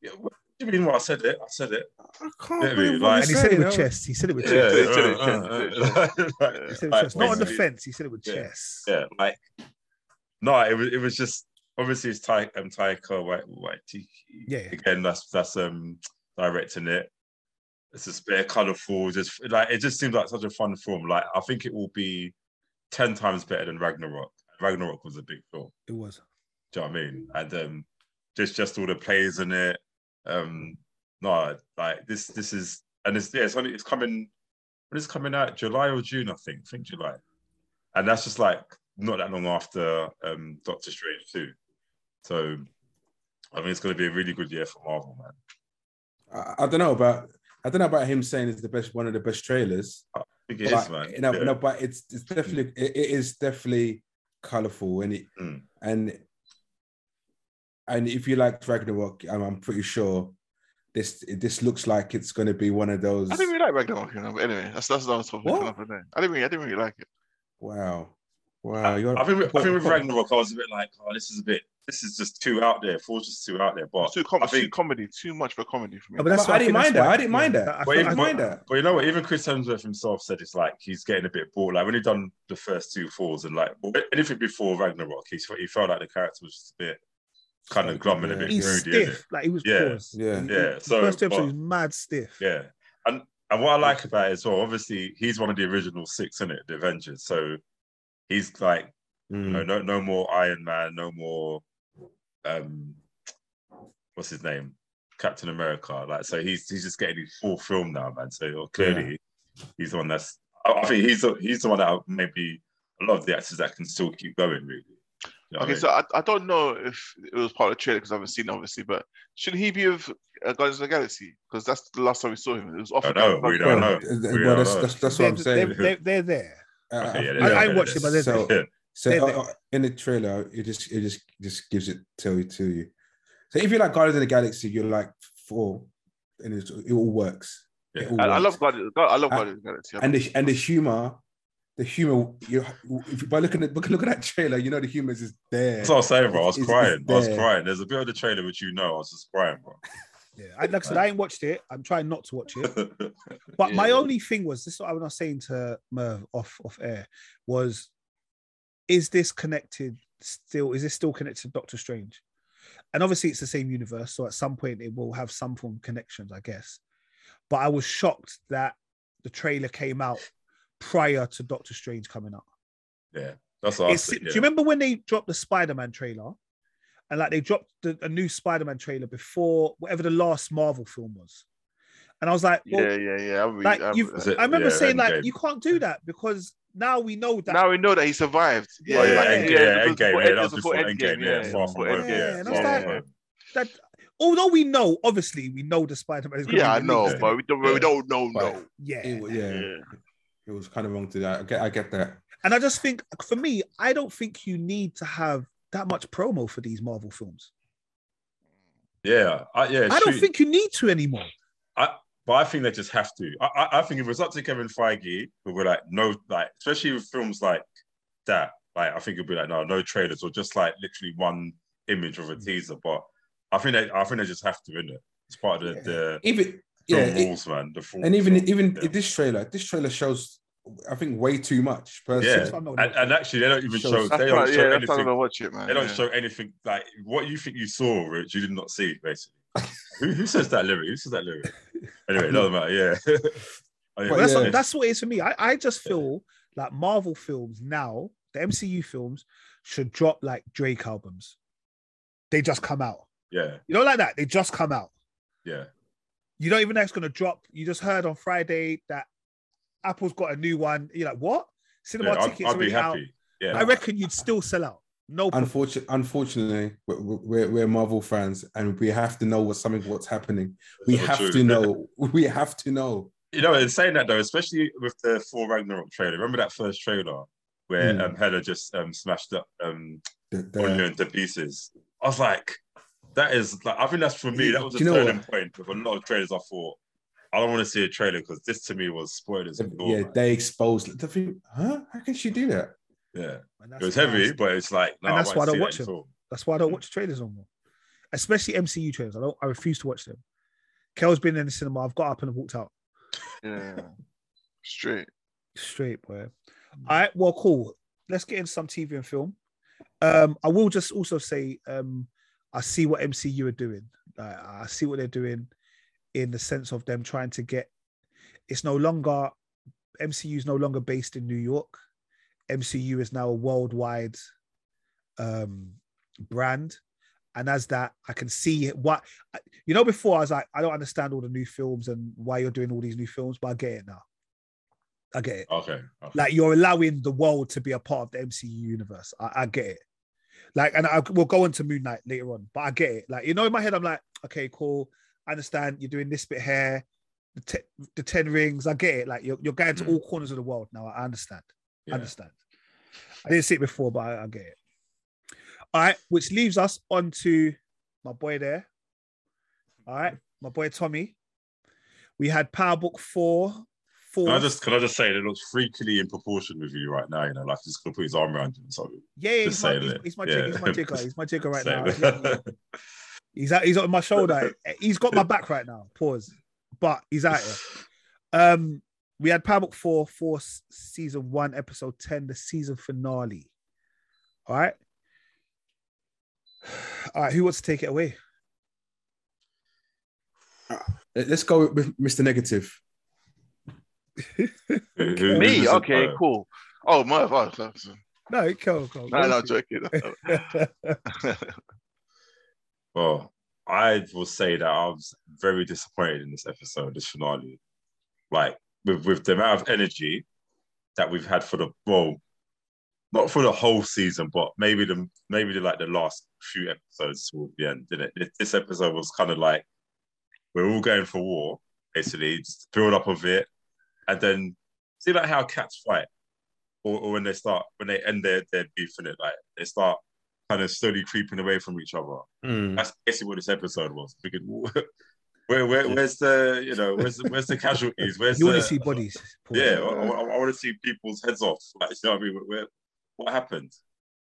S1: yeah, what do you mean? What I said it? I said it.
S4: I can't
S1: Yeah,
S4: believe
S1: dude,
S4: what
S1: like-
S2: And he
S4: you're
S2: said it
S4: saying,
S2: with
S4: yo.
S2: chest. He said it with
S1: Yeah,
S2: chest.
S3: said it,
S1: uh,
S3: said it, said it,
S1: uh, uh,
S2: He said it
S1: Like,
S2: with chest. Not on the
S1: basically-
S2: fence. He said it with
S1: Yeah.
S2: chess.
S1: yeah, like no, it was it was just obviously it's Ty um Taika White White
S2: Yeah, yeah.
S1: Again, that's that's um directing it. It's a spare colourful, just like it just seems like such a fun film. Like I think it will be ten times better than Ragnarok. Ragnarok was a big film.
S2: It was.
S1: Do you know what I mean? And um just just all the plays in it. Um no, like this this is and it's yeah, it's only it's coming when it's coming out, July or June, I think. I think July. And that's just like not that long after um Doctor Strange 2. So I think it's gonna be a really good year for Marvel, man.
S4: I, I don't know about. I don't know about him saying it's the best, one of the best trailers.
S1: I think it is,
S4: But,
S1: man.
S4: You know,
S1: Yeah.
S4: no, but it's it's definitely it, it is definitely colorful and it
S1: Mm.
S4: and and if you like Ragnarok, I'm, I'm pretty sure this this looks like it's going to be one of those.
S3: I didn't really like Ragnarok, you know, but anyway, that's that's not something
S4: What?
S3: for another day. I didn't really, I didn't really like it.
S4: Wow, wow! You're,
S1: I think, with- I think with
S4: Paul-
S1: Ragnarok, I was a bit like, oh, this is a bit, this is just too out there. Four's just too out there. But
S3: It's too, com-
S1: I
S3: it's too
S1: think- Oh,
S3: comedy, too much for comedy for me.
S2: No, but that's
S4: Oh, But
S2: why
S4: I didn't
S2: think
S4: mind
S2: that's
S4: that.
S2: why-
S4: I didn't mind
S2: yeah,
S4: that.
S2: I
S1: But
S2: feel-
S1: even-
S2: I
S4: I
S2: feel-
S4: mind that.
S1: But you know what? Even Chris Hemsworth himself said it's like he's getting a bit bored. Like when he done the first two falls and like well, anything before Ragnarok, he, felt- he felt like the character was just a bit kind of glum and a bit
S2: He's
S1: moody. innit?
S2: stiff. Like he was
S1: Yeah,
S2: paused.
S4: yeah.
S2: He-
S1: Yeah,
S2: he-
S1: so,
S2: first episode
S1: but-
S2: he was mad stiff.
S1: Yeah, and and what I like about it as well, obviously he's one of the original six in it, the Avengers. So he's like
S4: Mm.
S1: no, no, no more Iron Man, no more. Um, what's his name? Captain America. Like, so he's he's just getting his full film now, man. So clearly, he's the one that's. I, I think he's the, he's the one that maybe a lot of the actors that can still keep going. Really. You know what I
S3: Okay,
S1: mean?
S3: so I, I don't know if it was part of the trailer because I haven't seen it, obviously, but should he be with uh, Guardians of the Galaxy? Because that's the last time we saw him. It was off.
S1: I don't know, we
S4: Well,
S1: don't know.
S4: th- th-
S1: We
S4: well,
S1: don't
S4: that's,
S1: know.
S4: that's, that's what
S2: They're,
S4: I'm saying.
S2: they're, they're, they're there.
S4: Uh,
S1: Okay, yeah,
S4: I-
S1: they're
S2: I, I
S1: there,
S2: watched it, but they're
S4: So-
S2: there.
S1: Yeah.
S4: So
S2: They're
S4: uh,
S2: there.
S4: uh, in the trailer, it just it just just gives it to you to you. So if you like Guardians of the Galaxy, you're like four, and it's, it all works. It
S1: Yeah.
S4: all
S3: I, I
S4: works.
S3: love Guardians. God, I love
S4: Uh,
S3: Guardians of the Galaxy. I
S4: and the and the humor the humor. You, if, you- by looking at look, look at that trailer, you know the humor is there.
S1: That's what I was saying, bro. I was
S4: It's- it's-
S1: crying.
S4: it's
S1: I was
S4: there.
S1: crying. There's a bit of the trailer which you know. I was just crying,
S2: Yeah, I, like I said, I ain't watched it. I'm trying not to watch it.
S1: bro.
S2: But my
S3: Yeah.
S2: only thing was this: is what I was saying to Merv off off air was, is this connected? Still, is this still connected to Doctor Strange? And obviously, it's the same universe, so at some point it will have some form of connections, I guess. But I was shocked that the trailer came out prior to Doctor Strange coming out.
S1: That's what I
S2: It's-
S1: said.
S2: do
S1: Yeah.
S2: you remember when they dropped the Spider-Man trailer, and like they dropped the, a new Spider-Man trailer before whatever the last Marvel film was? And I was like, well,
S3: yeah, yeah, yeah. I remember,
S2: like,
S3: I remember
S2: you've-
S3: that.
S1: Was it-
S2: I remember
S1: yeah,
S2: saying like
S1: Endgame.
S2: you can't do that because now we know that.
S3: uh, Now we know that he survived.
S1: Oh, yeah,
S2: Yeah,
S3: like,
S1: Endgame, yeah,
S2: yeah,
S3: it
S1: Endgame,
S3: was before-
S1: yeah,
S3: it
S1: that was before Endgame, yeah,
S3: yeah.
S1: Far From
S3: Yeah,
S1: Home, yeah.
S2: and
S1: Far
S2: I was
S1: From
S2: like-
S1: Home.
S2: that although we know, obviously, we know the Spider-Man is going to
S3: Yeah, I
S2: be released
S3: know,
S2: in-
S3: but we don't, we
S4: Yeah.
S3: don't know, no.
S2: yeah.
S4: It wa- yeah,
S3: Yeah.
S4: it was kind of wrong to that. I get, I get that.
S2: and I just think for me, I don't think you need to have that much promo for these Marvel films.
S1: Yeah, I, yeah.
S2: I don't
S1: shoot.
S2: think you need to anymore.
S1: But I think they just have to. I, I, I think if it was up to Kevin Feige, we were like, no, like, especially with films like that, like, I think it'd be like, no, no trailers or just like literally one image of a teaser. But I think they, I think they just have to, innit? It's part of the, the
S4: Even yeah,
S1: film
S4: it-
S1: rules, man. The full,
S4: and even
S1: film,
S4: even
S1: yeah.
S4: this trailer, this trailer shows, I think, way too much.
S1: Yeah.
S4: Personally.
S2: So I'm not
S1: and, and actually, they don't even
S4: Shows-
S1: show.
S3: That's
S1: They
S3: why,
S1: don't show
S3: yeah, that's why I
S1: anything.
S3: don't watch it, man.
S1: They don't
S3: yeah.
S1: show anything like what you think you saw, Rich. You did not see, basically. who, who says that lyric? Who says that lyric? Anyway, it doesn't matter. Yeah. Oh, yeah,
S4: But
S2: Well, that's,
S4: yeah.
S2: what, that's what it is for me. I, I just feel like Marvel films now, the MCU films, should drop like Drake albums. They just come out.
S1: yeah,
S2: You know, like that. They just come out.
S1: yeah.
S2: You don't even know it's going to drop. You just heard on Friday that Apple's got a new one. You're like, what? Cinema
S1: yeah I'd,
S2: tickets
S1: I'd be
S2: already out.
S1: happy. Yeah.
S2: I reckon you'd still sell out. No, problem.
S4: Unfortunately, unfortunately, we're, we're, we're Marvel fans, and we have to know what something what's happening. We
S1: That's
S4: have
S1: true.
S4: to know. We have to know.
S1: You know, in saying that though, especially with the Thor Ragnarok trailer, remember that first trailer where
S2: Hmm.
S4: Mm.
S1: um, Hela just um, smashed up um,
S4: The- the-
S1: Anya into pieces? I was like, that is like, I think that's for me. That was
S4: Do
S1: a
S4: you know
S1: turning
S4: what?
S1: point with a lot of trailers. I thought I don't want to see a trailer because this to me was spoilers. galore,
S4: yeah,
S1: man.
S4: they exposed. The thing, huh? How can she do that?
S1: yeah.
S2: And that's
S1: It was
S2: why I-
S1: heavy, but it's like, no,
S2: And that's
S1: I
S2: why I
S1: won't
S2: don't
S1: see
S2: watch
S1: that
S2: them.
S1: at all.
S2: That's why I don't watch trailers no more, especially MCU trailers. I don't. I refuse to watch them. Kel's been in the cinema. I've got up and walked out.
S3: Yeah. Straight.
S2: Straight, boy. All right, well, cool. Let's get into some TV and film. Um, I will just also say, um, I see what MCU are doing. Like, I see what they're doing in the sense of them trying to get. It's no longer MCU is no longer based in New York. MCU is now a worldwide um, brand, and as that, I can see what you know. Before I was like, I don't understand all the new films and why you're doing all these new films, but I get it now. I get it
S1: Okay. okay.
S2: like you're allowing the world to be a part of the MCU universe. I, I get it. Like, and I, we'll go on to Moon Knight later on, but I get it. Like, you know, in my head, I'm like, okay, cool. I understand you're doing this bit here, the, te- the 10 rings. I get it. Like, you're, you're going to
S1: Mm.
S2: all corners of the world now. I understand. I
S1: Yeah.
S2: understand. I didn't see it before, but I, I get it. All right, which leaves us on to my boy there. All right, my boy Tommy. We had Power Book 4.
S1: Can I
S2: four.
S1: just can I just say it looks freakily in proportion with you right now? You know, like he's gonna put his arm around you or something.
S2: Yeah, yeah, he's
S1: Just
S2: my,
S1: saying
S2: he's,
S1: it.
S2: he's my
S1: Yeah.
S2: jigger, he's my jigger, he's my jigger right now.
S1: Same.
S2: He's out, he's on my shoulder. He's got my back right now. Pause. But he's out here. Um, we had Power Book Four, Four s- Season One, Episode Ten, the season finale. All right. All right. Who wants to take it away?
S4: Let- Let's go with Mr. Negative.
S1: Who- who- who's
S3: Me?
S1: this-
S3: Okay,
S1: uh,
S3: cool. Oh, my. Oh, no,
S2: No, go, go.
S3: no, no, I'm joking.
S1: Well, I will say that I was very disappointed in this episode, this finale. Like with, with the amount of energy that we've had for the well, not for the whole season, but maybe the maybe the, like the last few episodes toward the end, didn't it? This- This episode was kind of like we're all going for war, basically, just build up of it, and then see like how cats fight, or, or when they start when they end their their beef in it, like they start Hmm. kind of slowly creeping away from each other. That's basically what this episode was. We could, Where, where, where's the you know where's the, where's the casualties? Where's
S2: You
S1: the,
S2: want to see bodies? Paul.
S1: uh, Yeah, I, want to see people's heads off. Like, you know what I mean? Where, where- what happened?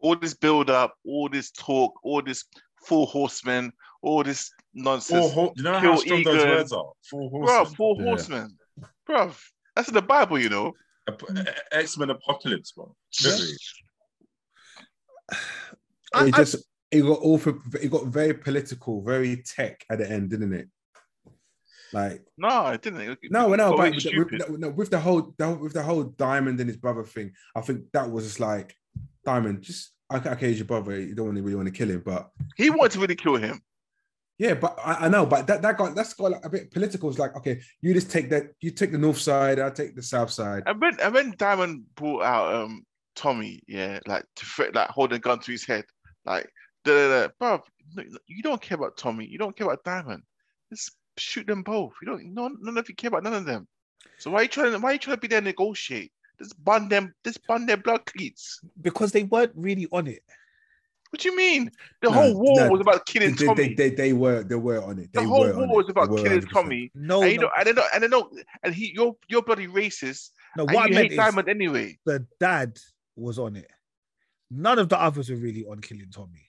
S3: all this build up, all this talk, all this four horsemen, all this
S1: Four
S3: nonsense.
S1: ho- you know how
S3: Kill
S1: strong those
S3: Egan.
S1: words are. Four
S3: Bro,
S1: horses.
S3: four
S4: Yeah.
S3: horsemen. Bro, that's in the Bible, you know.
S1: X Men e, Apocalypse, bro. Literally.
S2: I-
S4: it
S2: I-
S4: just it got all for it got very political, very tech at the end, didn't it? Like
S3: No, it didn't. It-
S4: no,
S3: it
S4: no,
S3: got
S4: but
S3: really
S4: with,
S3: stupid.
S4: with- no, with the whole the- with the whole diamond and his brother thing, I think that was just like diamond. Just okay, okay, he's your brother. You don't really, really want to kill him, but
S3: he wanted to really kill him.
S4: yeah, but I, I know, but that that got that's got like a bit political. It's like okay, you just take that, you take the north side, I take the south side.
S3: And when and when Diamond brought out um Tommy, yeah, like to threat, like holding a gun to his head, like da da da, bro, no, no, you don't care about Tommy, you don't care about Diamond. Just shoot them both. You don't none, none of you care about none of them. So why are you trying to why are you trying to be there and negotiate? Just bun them, just bun their blood cleats.
S2: because they weren't really on it.
S3: What do you mean? The
S4: No,
S3: whole war
S4: no,
S3: was about
S4: They,
S3: killing
S4: they,
S3: Tommy.
S4: they, they, they were they were on it. They
S3: the whole
S4: were
S3: war
S4: on
S3: was
S4: it. They
S3: about
S4: were
S3: killing
S4: 100%.
S3: Tommy.
S2: No,
S3: and you
S2: no,
S3: know, and they know, and they know, and he, you're you're bloody racist,
S2: no.
S3: and
S2: What I
S3: you
S2: meant
S3: hate
S2: is
S3: Diamond anyway.
S2: the dad was on it. None of the others were really on killing Tommy.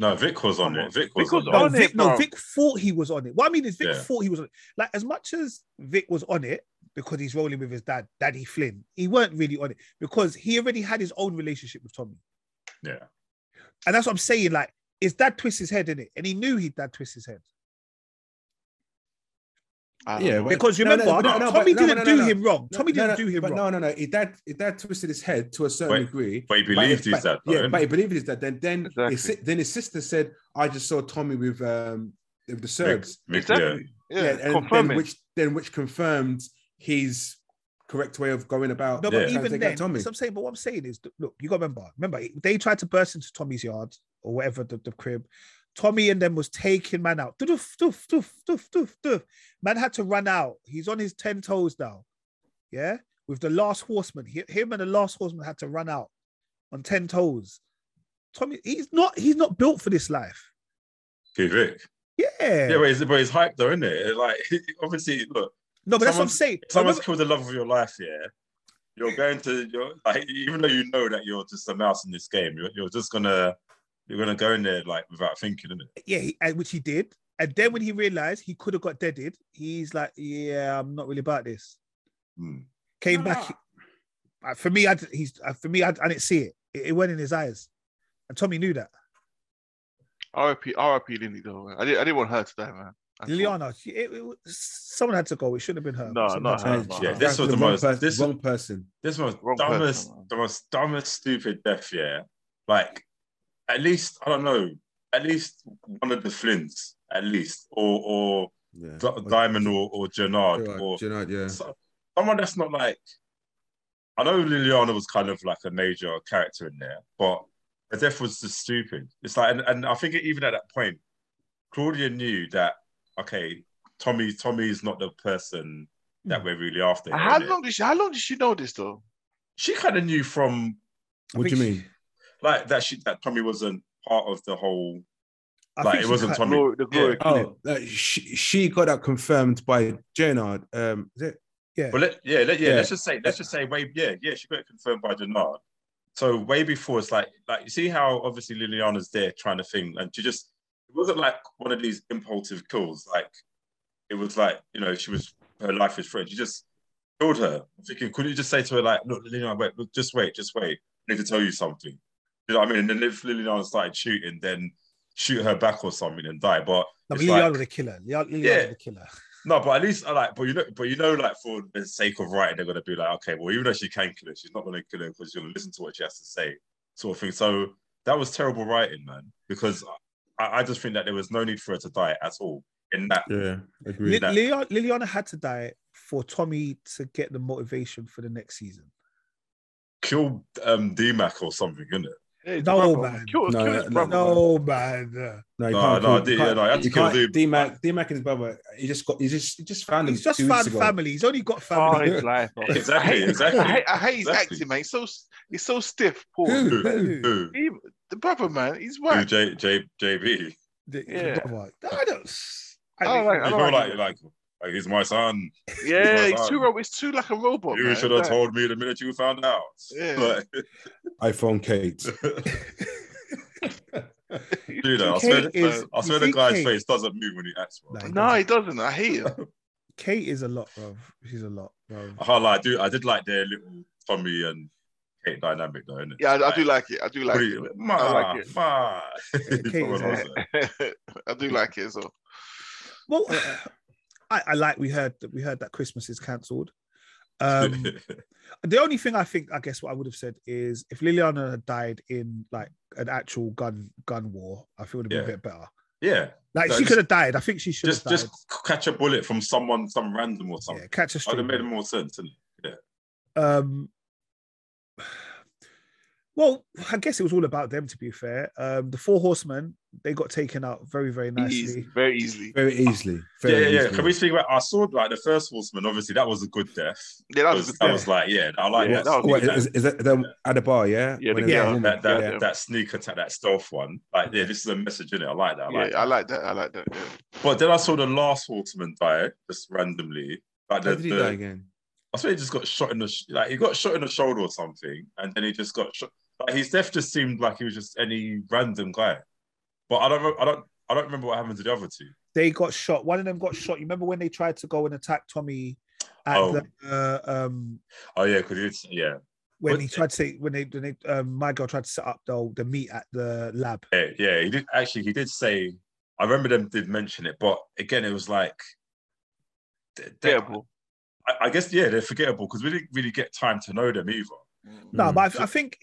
S1: No, Vic was on it. Vic was
S3: Vic
S1: on
S3: was
S1: it.
S2: No,
S3: on
S2: Vic,
S3: it,
S2: no,
S3: bro.
S2: Vic thought he was on it. What I mean is Vic
S1: Yeah.
S2: thought he was on it. Like as much as Vic was on it because he's rolling with his dad, Daddy Flynn, he weren't really on it because he already had his own relationship with Tommy.
S1: Yeah.
S2: And that's what I'm saying. Like his dad twists his head in it, and he knew he'd dad twist his head
S3: I don't
S4: Yeah,
S3: know.
S4: but-
S2: because
S4: No, no,
S2: remember
S4: no, no,
S2: Tommy
S4: but- no,
S2: didn't
S4: no, no,
S2: do
S4: no.
S2: him wrong. Tommy
S4: no,
S2: didn't
S4: no,
S2: do him
S4: but
S2: wrong.
S4: No, no, no. If that if that twisted his head to a certain
S1: Wait,
S4: degree,
S1: But he
S4: but
S1: believed
S4: if-
S1: he's
S4: but-
S1: that.
S4: Yeah,
S1: though.
S4: but he believed he's that. Then then
S3: Exactly.
S4: his, si- then his sister said, "I just saw Tommy with um with the Serbs."
S1: Vic- yeah.
S3: Exactly. Yeah,
S4: and
S3: confirm
S4: then
S3: it.
S4: which then which confirmed his correct way of going about.
S2: No,
S1: Yeah.
S2: but
S4: trying to
S2: even
S4: take out
S2: then,
S4: Tommy.
S2: so I'm saying, but what I'm saying is, look, you got to remember, remember, they tried to burst into Tommy's yard or whatever the, the crib. Tommy and them was taking man out. Doof, doof, doof, doof, doof, doof. Man had to run out. He's on his 10 toes now. Yeah. With the last horseman. He- him and the last horseman had to run out on 10 toes. Tommy, he's not he's not built for this life.
S1: Okay, Vic.
S2: Yeah.
S1: Yeah, but he's, but he's hyped though, isn't it? Like, obviously, look,
S2: no, but that's what I'm
S1: someone's-
S2: saying.
S1: if someone's killed the love of your life, yeah, you're going to you're like even though you know that you're just a mouse in this game, you're, you're just gonna you're gonna go in there like without thinking, innit?
S2: yeah, he, and which he did. And then when he realized he could have got deaded, he's like, yeah, I'm not really about this.
S1: Hmm.
S2: Came
S4: No,
S2: back.
S4: no.
S2: Uh, for me, I d- he's uh, for me, I, d- I didn't see it. it. It went in his eyes, and Tommy knew that.
S3: RIP, RIP Lily though. Man. I didn't, I didn't want her to die, man. At all.
S2: Liliana, she- it, it was- someone had to go. It shouldn't have been her.
S3: No,
S2: Someone
S3: not
S2: had to
S3: her.
S2: go.
S1: Yeah,
S4: That's
S1: this was the
S4: wrong
S1: most-
S4: person-
S1: this-
S4: wrong person.
S1: This was
S3: Wrong person,
S1: dumbest,
S3: man.
S1: the most dumbest, stupid death. Yeah, like at least I don't know, at least one of the Flints, at least, or or
S4: Yeah.
S1: Di- Diamond or or Gennard
S4: Gerard,
S1: or
S4: Gerard, yeah.
S1: so- someone that's not like I know Liliana was kind of like a major character in there, but her death was just stupid. It's like, and, and I think even at that point, Claudia knew that okay, Tommy Tommy's not the person that we're really after. here,
S3: How
S1: innit?
S3: long did she? How long did she know this though?
S1: She kind of knew from
S2: I
S4: What do you
S2: think she-
S4: mean?
S1: like that she that Tommy wasn't part of the whole.
S2: I
S1: Like,
S2: think
S1: it
S2: she
S1: wasn't
S2: cut-
S1: Tommy.
S3: Glory, the glory. killing.
S4: Oh, like, she, she got that confirmed by Gerard. Um, is it?
S2: Yeah,
S1: But let, yeah, let, yeah,
S4: Yeah.
S1: let's just say, let's just say, way, yeah, yeah, she got it confirmed by Denard. So way before, it's like, like you see how obviously Liliana's there trying to think, and she just it wasn't like one of these impulsive kills. Like it was like you know she was her life is free. She just killed her. I'm thinking, could you just say to her like, look, Liliana, wait, look, just wait, just wait. I need to tell you something. You know what I mean? And then if Liliana started shooting, then shoot her back or something and die. But
S2: no, but
S1: it's
S2: Liliana
S1: like-
S2: was a killer. Liliana
S1: Yeah.
S2: was a killer.
S1: no, but at least I like, but you know, but you know, like for the sake of writing, they're gonna be like, okay, well, even though she can kill her, she's not gonna kill her because you're gonna listen to what she has to say, sort of thing. So that was terrible writing, man, because I, I just think that there was no need for her to die at all in that.
S4: Yeah,
S2: Li-
S4: agreed.
S1: that.
S2: Liliana, Liliana had to die for Tommy to get the motivation for the next season.
S1: Kill um, DMAC or something, inn't it?
S3: Hey,
S2: No,
S3: brother,
S2: man.
S3: Kill,
S4: No,
S3: kill his
S4: no,
S3: brother.
S2: No man,
S4: No, you
S1: No,
S4: can't.
S1: no,
S4: kill-
S1: I did-
S4: you can't-
S1: yeah, no, I had to
S4: you
S1: kill
S4: can't-
S1: Zoom.
S4: D-Mac, D-Mac and his brother. He just got. He just. He just found him.
S2: he's just
S4: two
S2: found
S4: weeks ago.
S2: family. He's only got
S3: Oh,
S2: family.
S3: his life. bro.
S1: Exactly,
S3: I hate,
S1: exactly,
S3: I hate, I hate his
S1: exactly.
S3: acting, man. He's so he's so stiff. Poor.
S4: Who? Who?
S2: Who?
S1: Who?
S3: He, the brother, man. He's
S1: Who?
S3: whack.
S1: J, J, JB.
S2: The- the
S3: Yeah.
S2: brother. I don't. I think-
S3: Oh, right, I
S1: You
S3: don't
S1: feel
S3: like
S1: like, like, like, he's my son.
S3: Yeah,
S1: It's
S3: it's too,
S1: bizarre.
S3: ro- it's too like a robot.
S1: You
S3: man.
S1: should have
S3: Like,
S1: told me the minute you found out.
S3: Yeah.
S4: iPhone Kate.
S1: Like, Dude, I
S2: 2K
S1: swear, the-
S2: is-
S1: I swear the
S2: 2K
S1: guy's face doesn't move when he acts. Bro.
S2: Like-
S3: No, he doesn't. I hate it.
S2: Kate is a lot, bro. She's a lot, bro.
S1: I can't lie, I do. I did like their little Tommy and Kate dynamic, though. Innit?
S3: Yeah, I, I do like it. I do like
S1: pretty-
S3: it.
S1: Ma,
S3: I like it.
S1: ma.
S2: Kate is
S1: Someone
S2: awesome.
S1: else,
S3: I do like it as well.
S2: Well,
S1: Uh,
S2: I, I like we heard that we heard that Christmas is cancelled. Um,
S1: uh,
S2: the only thing I think, I guess, what I would have said is if Liliana had died in like an actual gun gun war, I feel it would have been a bit better.
S1: yeah,
S2: Like
S1: No,
S2: she
S1: just-
S2: could have died. I think she should
S1: just
S2: have died.
S1: just catch a bullet from someone, some random or
S2: yeah,
S1: something.
S2: catch a
S1: I'd have
S2: stream.
S1: made more sense. Innit?
S2: Um, well, I guess it was all about them. To be fair, um, the four horsemen they got taken out very, very
S3: Easy,
S2: nicely.
S3: very easily.
S4: Very easily.
S1: Yeah,
S4: Very
S1: yeah, yeah.
S4: easily.
S1: Can we speak about? I saw like the first horseman. Obviously, that was a good death.
S3: Yeah, that was,
S1: Because I was like, yeah, I like
S3: Yeah,
S1: that.
S3: that was-
S4: What,
S1: sneak
S4: is,
S1: attack.
S4: is that them at the bar? Yeah,
S3: Yeah,
S4: When it's
S3: the girl.
S4: a woman?
S1: that that,
S3: Yeah.
S1: that sneak attack, that stealth one. Like, yeah, this is a message in it. I like that. I like
S3: yeah, I like that. I like that. Yeah.
S1: that. But then I saw the last horseman die just randomly. Like
S4: How
S1: the,
S4: did he
S1: the-
S4: die again?
S1: I swear he just got shot in the sh- like he got shot in the shoulder or something, and then he just got shot. Like his death just seemed like he was just any random guy. But I don't, re- I don't, I don't remember what happened to the other two.
S2: They got shot. One of them got shot. You remember when they tried to go and attack Tommy at
S1: Oh.
S2: the uh, um,
S1: Oh yeah, because it's yeah,
S2: when
S1: What-
S2: he tried to say when they when they um, my girl tried to set up the the meet at the lab.
S1: yeah, yeah. He did actually. He did say. I remember them did mention it, but again, it was like. th- th-
S3: Terrible.
S1: I, I guess yeah, they're forgettable because we didn't really get time to know them either.
S2: No,
S4: Mm.
S2: but I, th- I think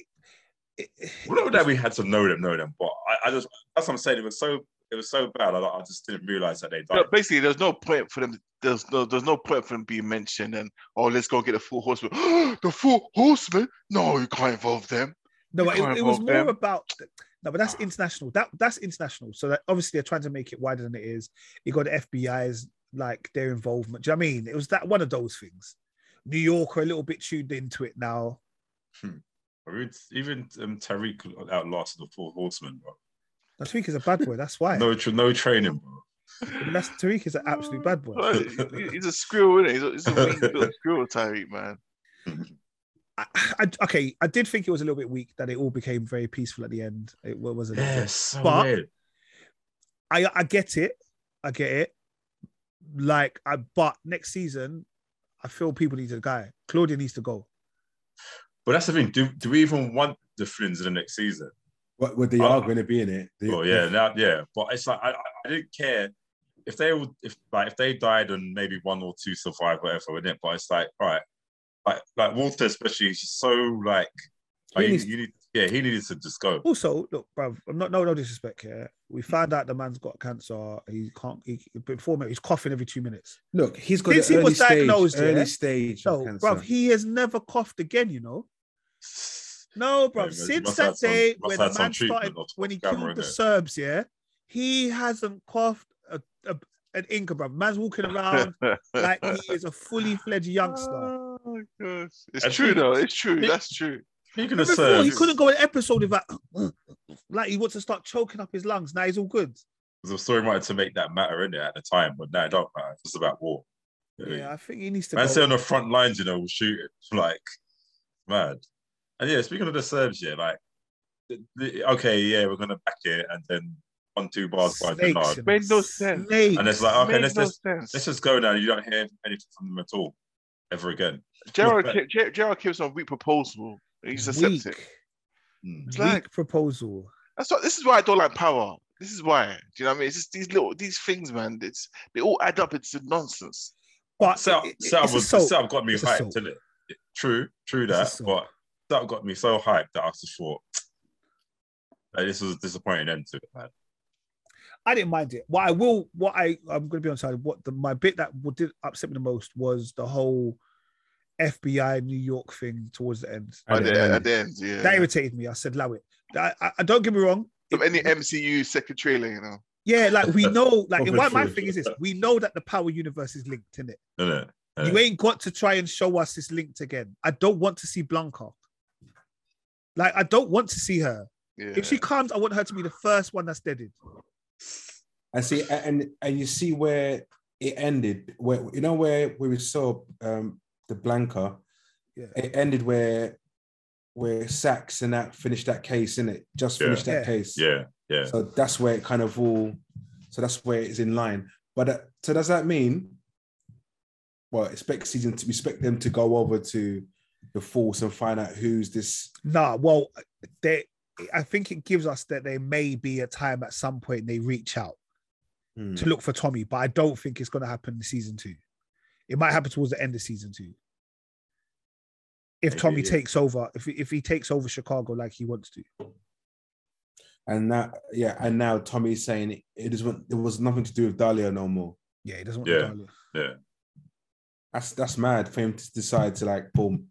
S2: it,
S1: Well, not Hmm. that we had to know them, know them, but I, I just that's what I'm saying. It was so it was so bad. I, I just didn't realize that they died.
S3: But basically, there's no point for them. There's no, there's no point for them being mentioned. And oh, let's go get the four horsemen. the four horsemen? No, you can't involve them.
S2: no,
S3: you
S2: but it,
S3: can't
S2: it was
S3: involve
S2: more
S3: them.
S2: about no, but that's international. That that's international. So that obviously they're trying to make it wider than it is. You got the FBI's like their involvement. Do you know what I mean? It was that one of those things. New York are a little bit tuned into it now.
S1: Or Even, even um, Tariq outlasted the four horsemen, bro.
S2: Now, Tariq is a bad boy. That's why.
S1: No, tra- no training, bro.
S2: That's, Tariq is an absolute bad boy.
S3: Well, he- He's a squirrel, isn't he? He's a, he's a weak little squirrel, Tyreek, man.
S2: I, I, okay, I did think it was a little bit weak that it all became very peaceful at the end. It wa- was a little bit.
S1: Yes, so
S2: But-
S1: weird.
S2: I I get it. I get it. Like I but next season, I feel people need a guy. Claudia needs to go.
S1: But that's the thing. Do, do we even want the Flins in the next season?
S4: What, what they
S1: Oh.
S4: are going to be in it? They-
S1: Well, oh, yeah, now, yeah. But it's like I, I I didn't care if they would, if like if they died and maybe one or two survived, whatever, wouldn't it? But it's like, all right, like like Walter especially, he's just so like, like, you,
S4: needs-
S1: you need, yeah, he needed to just go.
S2: Also, look, bruv, I'm not no no disrespect here.
S1: Mm-hmm.
S2: We found out the man's got cancer. He can't he before me, he's coughing every two minutes.
S4: Look, he's got
S2: Since
S4: an
S2: he
S4: early
S2: was diagnosed,
S4: stage, early
S2: yeah?
S4: stage
S2: So,
S4: of cancer.
S2: bruv, he has never coughed again, you know. No,
S1: Yeah,
S2: bruv,
S1: but he
S2: since
S1: must have
S2: that
S1: had some-
S2: day
S1: must
S2: when
S1: have
S2: the
S1: had some
S2: man started
S1: treatment or
S2: when he
S1: something,
S2: killed the
S1: innit?
S2: Serbs, yeah, he hasn't coughed a, a, an inca, bruv. Man's walking around like he is a fully fledged
S1: Uh,
S2: youngster.
S3: Oh, gosh. It's
S1: And
S3: true,
S1: he-
S3: though. It's true.
S1: he-
S3: That's true.
S1: Speaking of
S2: Before he
S1: Serge,
S2: couldn't go an episode without, like he wants to start choking up his lungs. Now he's all good.
S1: the story wanted to make that matter in it at the time, but now it don't matter. It's just about war.
S2: Yeah, I think he needs to.
S1: Man,
S2: go.
S1: stay on the front lines, you know, we'll shoot it. Like, mad. And yeah, speaking of the Serbs, yeah, like, the, the, okay, yeah, we're gonna back it, and then one, two bars by
S2: Snakes,
S1: Denard.
S2: you know,
S3: Made no sense.
S2: snakes.
S1: And it's like, oh, okay,
S3: Made
S1: let's
S3: no
S1: just
S3: sense.
S1: let's just go now. You don't hear anything from them at all, ever again.
S3: Gerald, Ki- Ger- Gerald keeps on weak proposal. He just accepts it.
S2: Weak,
S1: Mm.
S3: It's
S2: weak
S3: like-
S2: proposal.
S3: That's what, this is why I don't like power. This is why. Do you know what I mean? It's just these little these things, man. It's they all add up. It's nonsense.
S2: But
S1: Setup,
S2: it- it-
S1: setup
S2: it's
S1: was,
S2: assault.
S1: setup got me
S2: It's a
S1: hyped,
S2: soap.
S1: didn't it? Yeah, True, true
S2: It's a
S1: that,
S2: soap.
S1: but that got me so hyped that I just thought, like, this was a disappointing end to it, man.
S2: I didn't mind it. What I will, what I, I'm going to be on side. What the my bit that w- did upset me the most was the whole FBI New York thing towards the end.
S4: At
S3: At
S4: the
S3: the,
S4: end.
S3: at the end, yeah.
S2: That irritated me. I said, "Allow it." I, I, I- don't get me wrong.
S3: Of any MCU second trailer, you know.
S2: Yeah, like we know, like
S4: Open
S2: why my
S4: truth.
S2: thing is this: we know that the power universe is linked in it.
S1: Isn't it?
S2: You ain't got to try and show us this linked again. I don't want to see Blanca. Like, I don't want to see her.
S3: Yeah.
S2: If she comes, I want her to be the first one that's deaded.
S4: and see and and you see where it ended where you know where where we saw um the blanca
S2: Yeah.
S4: it ended where where Sachs and that finished that case in it just
S1: Yeah.
S4: finished that
S2: Yeah.
S4: case
S1: Yeah, yeah.
S4: so that's where it kind of all so that's where it's in line but that, so does that mean well expect season to expect them to go over to the force and find out who's this
S2: Nah, well, they. I think it gives us that there may be a time at some point they reach out
S4: Hmm.
S1: Mm.
S2: to look for Tommy, but I don't think it's going to happen in season two. It might happen towards the end of season two. If
S1: Maybe,
S2: Tommy
S1: yeah.
S2: takes over, if he- if he takes over Chicago like he wants to,
S4: and now yeah and now tommy's saying it is it was nothing to do with Dalia no more
S2: yeah, he doesn't want
S1: Yeah.
S2: Ndola.
S4: That's that's mad for him to decide to like boom,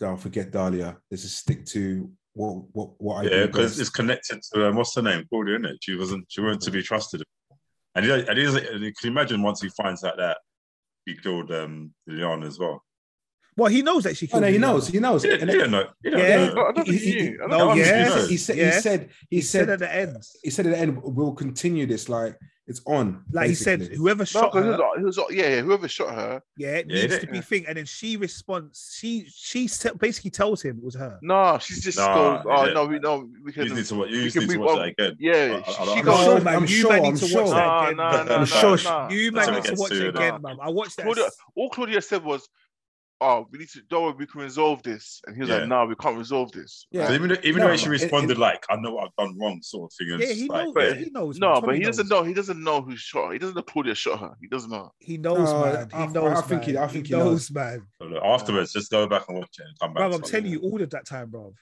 S4: don't forget Dahlia. Let's just stick to what what what I
S1: Yeah,
S4: do
S1: because
S4: best.
S1: it's connected to um, what's her name, Claudia, isn't it? She wasn't, she weren't to be trusted. And he, and, he's, and you can imagine once he finds out that he killed um, Leon as well.
S2: Well, he knows that she.
S4: Oh
S2: killed
S4: no, he
S2: Ndola.
S4: knows, he knows.
S1: He didn't,
S4: And
S1: he didn't know. He didn't
S2: Yeah.
S1: know.
S3: I don't
S4: he-
S3: think he,
S4: he-
S3: knew. I don't
S2: no,
S3: think he
S2: yeah.
S3: knew.
S4: he said he
S2: Yeah.
S4: said he
S2: He said at
S4: said
S2: the end,
S4: he said at the end we'll continue this like it's on.
S2: like he said,
S4: basically.
S2: whoever
S3: No,
S2: shot
S3: because
S2: her,
S3: it was, yeah, yeah, whoever shot her.
S2: yeah, it
S1: Yeah,
S2: needs
S1: yeah.
S2: to be thing. And then she responds. She she se- basically tells him it was her.
S3: No, she's just
S1: Nah,
S3: goes. Oh
S1: yeah.
S3: no, we no,
S1: You
S3: we
S1: just
S3: can.
S1: need to watch, you
S3: We
S1: just
S3: can
S1: need to
S3: move
S1: watch
S3: on.
S1: that again.
S3: Yeah,
S1: I- I-
S3: she
S1: I'm
S3: goes.
S4: sure,
S2: No, man,
S4: I'm
S2: you
S4: sure,
S2: man need
S4: I'm
S2: to
S4: sure.
S2: watch that
S3: Nah,
S2: again.
S3: nah,
S2: man.
S1: nah,
S2: I'm
S1: nah,
S2: sure
S3: nah.
S2: you
S1: Until
S2: man
S1: we
S2: need to
S1: get
S2: watch
S1: to
S2: it
S1: it,
S2: again,
S1: nah.
S2: man. I watched that.
S3: Claudia, all Claudia said was, "Oh, we need to. Don't worry, we can resolve this." And he was
S1: Yeah.
S3: like, "No, we can't resolve this."
S4: Yeah.
S1: So even, even
S4: No,
S1: the way she
S4: no, it-
S1: responded, like, I know what I've done wrong, sort of thing. It's
S2: Yeah, he
S1: just like,
S2: knows.
S3: but-
S2: he knows. man.
S3: No, but
S2: Tommy
S3: he doesn't
S2: knows.
S3: know. He doesn't know who shot her. He doesn't know Claudia shot her. He doesn't know.
S2: He knows,
S4: No,
S2: man.
S4: I-
S2: He knows.
S4: I think he-
S2: man.
S4: I think
S2: he
S4: he knows.
S2: knows, man.
S1: so look, afterwards, just go back and watch it and come back.
S2: Bro,
S1: to
S2: I'm
S1: it.
S2: telling you, all of that time, bro.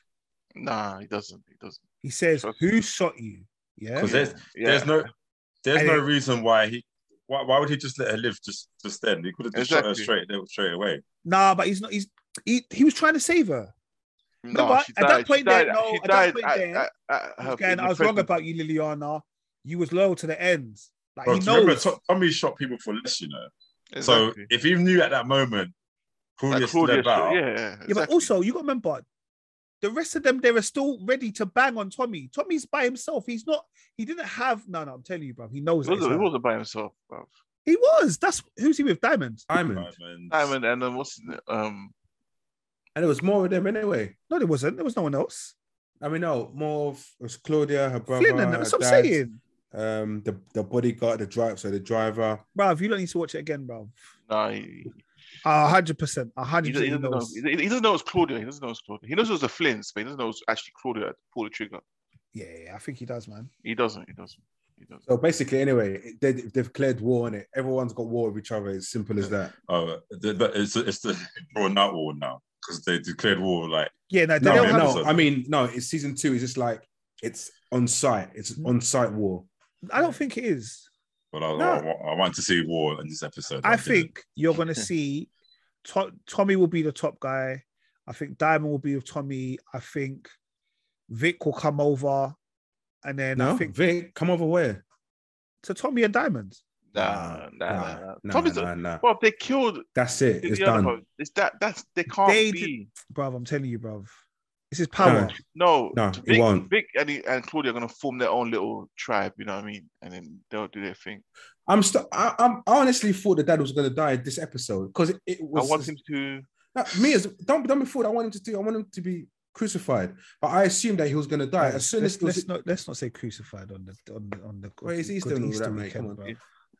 S3: Nah, he doesn't. He doesn't.
S2: He says,
S3: Shot-
S2: "Who shot you?" Yeah,
S1: 'Cause there's-
S3: yeah.
S1: There's no, there's
S2: And
S1: no
S2: it-
S1: reason why he, why, why would he just let her live just, just then? He could have just shot her
S3: Exactly.
S1: straight, straight away.
S2: nah, but he's not. He's he, he was trying to save her.
S3: No,
S2: No, but
S3: she
S2: at that
S3: died- she
S2: point there-
S3: died-
S2: no,
S3: she
S2: at that
S3: died
S2: point
S3: at-
S2: there,
S3: at- at her- in
S2: Again,
S3: the
S2: I was wrong
S3: presence.
S2: about you, Liliana. You was loyal to the end. Like
S1: Bro,
S2: he
S1: do you remember,
S2: knows.
S1: Tom- Tommy shot people for less, you know.
S3: Exactly.
S1: So if he knew at that moment,
S3: Like
S1: Claudia stood
S3: Claudia,
S1: about,
S3: yeah, yeah,
S2: Yeah, but
S3: exactly.
S2: also you got to remember, the rest of them they were still ready to bang on Tommy. Tommy's by himself. He's not. He didn't have. No, no. I'm telling you, bro. He knows.
S3: he
S2: that it's
S3: wasn't, he
S2: her.
S3: wasn't by himself, bro.
S2: He was. That's who's he with? Diamond.
S4: Diamond.
S1: Diamond,
S3: Diamond and then what's his name? um
S4: And it was more of them anyway.
S2: No, there wasn't. There was no one else.
S4: I mean, no, more of it was Claudia, her brother,
S2: Flynn and them. That's
S4: her
S2: what I'm
S4: dad,
S2: saying.
S4: um, the the bodyguard, the driver, so the driver.
S2: Bro, you don't need to watch it again, bro.
S3: no, he,
S2: A hundred percent. A
S3: he,
S2: hundred
S3: doesn't-
S2: percent. he
S3: he doesn't know.
S2: knows.
S3: He, he doesn't know it's Claudia. He doesn't know it's Claudia. He knows it was the Flints, but he doesn't know it's actually Claudia that pulled the trigger.
S2: Yeah, yeah, I think he does, man.
S3: He doesn't. He doesn't. He doesn't.
S4: So basically, anyway, they, they've declared war on it. Everyone's got war with each other. It's simple as that.
S1: Oh, the, the, it's it's the drawn out war now because they declared war. Like,
S2: Yeah, no, they
S4: no,
S2: don't have.
S4: no.
S1: have-
S4: I mean, no. It's season two. It's just like it's on site. It's
S2: Mm.
S4: on site war.
S2: I don't think it is.
S1: but I, I,
S2: No.
S1: I want to see war in this episode.
S2: I
S1: didn't.
S2: think you're gonna see to- Tommy will be the top guy. I think Diamond will be with Tommy. I think Vic will come over, and then I
S4: No,
S2: think
S4: Vic, come over where?
S2: to Tommy and Diamond.
S3: Nah, nah, nah. nah.
S4: nah,
S3: Tommy's-
S4: nah, nah.
S3: Well, if they killed
S4: That's it. It's
S3: the other
S4: done.
S3: one, it's that. That's they can't
S2: They
S3: be.
S2: Bruv, I'm telling you, bruv. This is power.
S4: No.
S3: No,
S4: No,
S3: t-
S4: it
S3: Vic,
S4: won't.
S3: Vic and, he, and Claudia are gonna form their own little tribe. You know what I mean? And then they'll do their thing.
S4: I'm still. I, I'm. I honestly thought the dad was gonna die this episode because it, it was.
S3: I want him to.
S4: No, me as don't don't be fooled. I want him to do. I want him to be crucified. But I assumed that he was gonna die
S2: Guys,
S4: as soon
S2: let's,
S4: as. It was,
S2: let's not let's not say crucified on the on the on the good,
S4: Wait, it's Easter
S2: good
S4: and all
S2: Easter
S4: that, mate,
S2: weekend,
S4: come on.
S2: bro.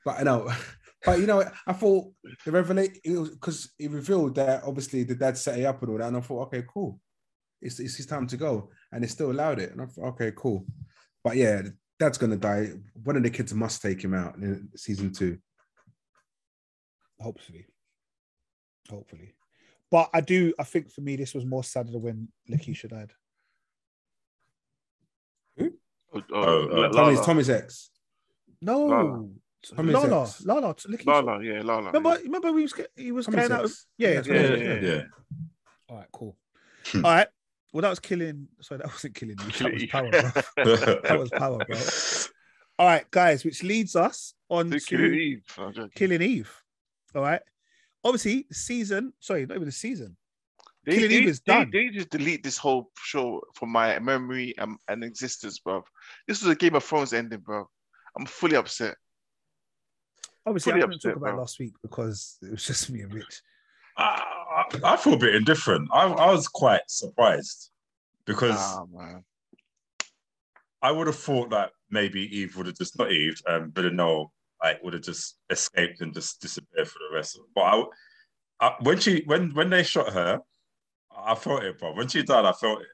S4: But I know, but you know, I thought the revelation because it revealed that obviously the dad set it up and all that, and I thought, okay, cool, it's it's his time to go, and they still allowed it, and I thought, okay, cool, but yeah, the dad's gonna die. One of the kids must take him out in season two.
S2: Hopefully, hopefully. But I do. I think for me, this was more sad than when Lakeisha died.
S3: Oh, oh,
S1: Oh, oh.
S3: La-
S4: Tommy's
S3: Lala.
S4: Tommy's ex.
S2: No,
S3: Lala.
S4: many
S2: Lala,
S4: sex?
S2: Lala, Lakeisha.
S3: Lala, yeah, Lala.
S2: Remember, remember, we was get- he was
S4: How many
S2: going out. Of,
S4: sex?
S2: yeah, yeah,
S4: Yeah,
S2: it's
S3: yeah,
S2: not
S3: yeah,
S2: sex,
S3: yeah.
S1: yeah, yeah.
S2: All right, cool.
S1: Hmm.
S2: All right. Well, that was killing. Sorry, that wasn't killing you. That was power, bro. That was power, bro. All right, guys, which leads us on
S3: To
S2: to
S3: Killing Eve. I'm joking.
S2: Killing Eve. All right. Obviously, the season. Sorry, not even the season.
S3: They-
S2: Killing
S3: they-
S2: Eve is
S3: they-
S2: done.
S3: They, just delete this whole show from my memory and, and existence, bro. This was a Game of Thrones ending, bro. I'm fully upset.
S2: Obviously, I
S3: Fully
S2: couldn't talk
S3: upset,
S2: about it
S3: bro.
S2: last week because it was just me and Rich.
S1: I, I I feel a bit indifferent. I, I was quite surprised because
S3: Ah man.
S1: I would have thought that maybe Eve would have just not Eve, um, Villanelle like would have just escaped and just disappeared for the rest of. But I, I, when she when when they shot her, I felt it, bro. When she died, I felt it.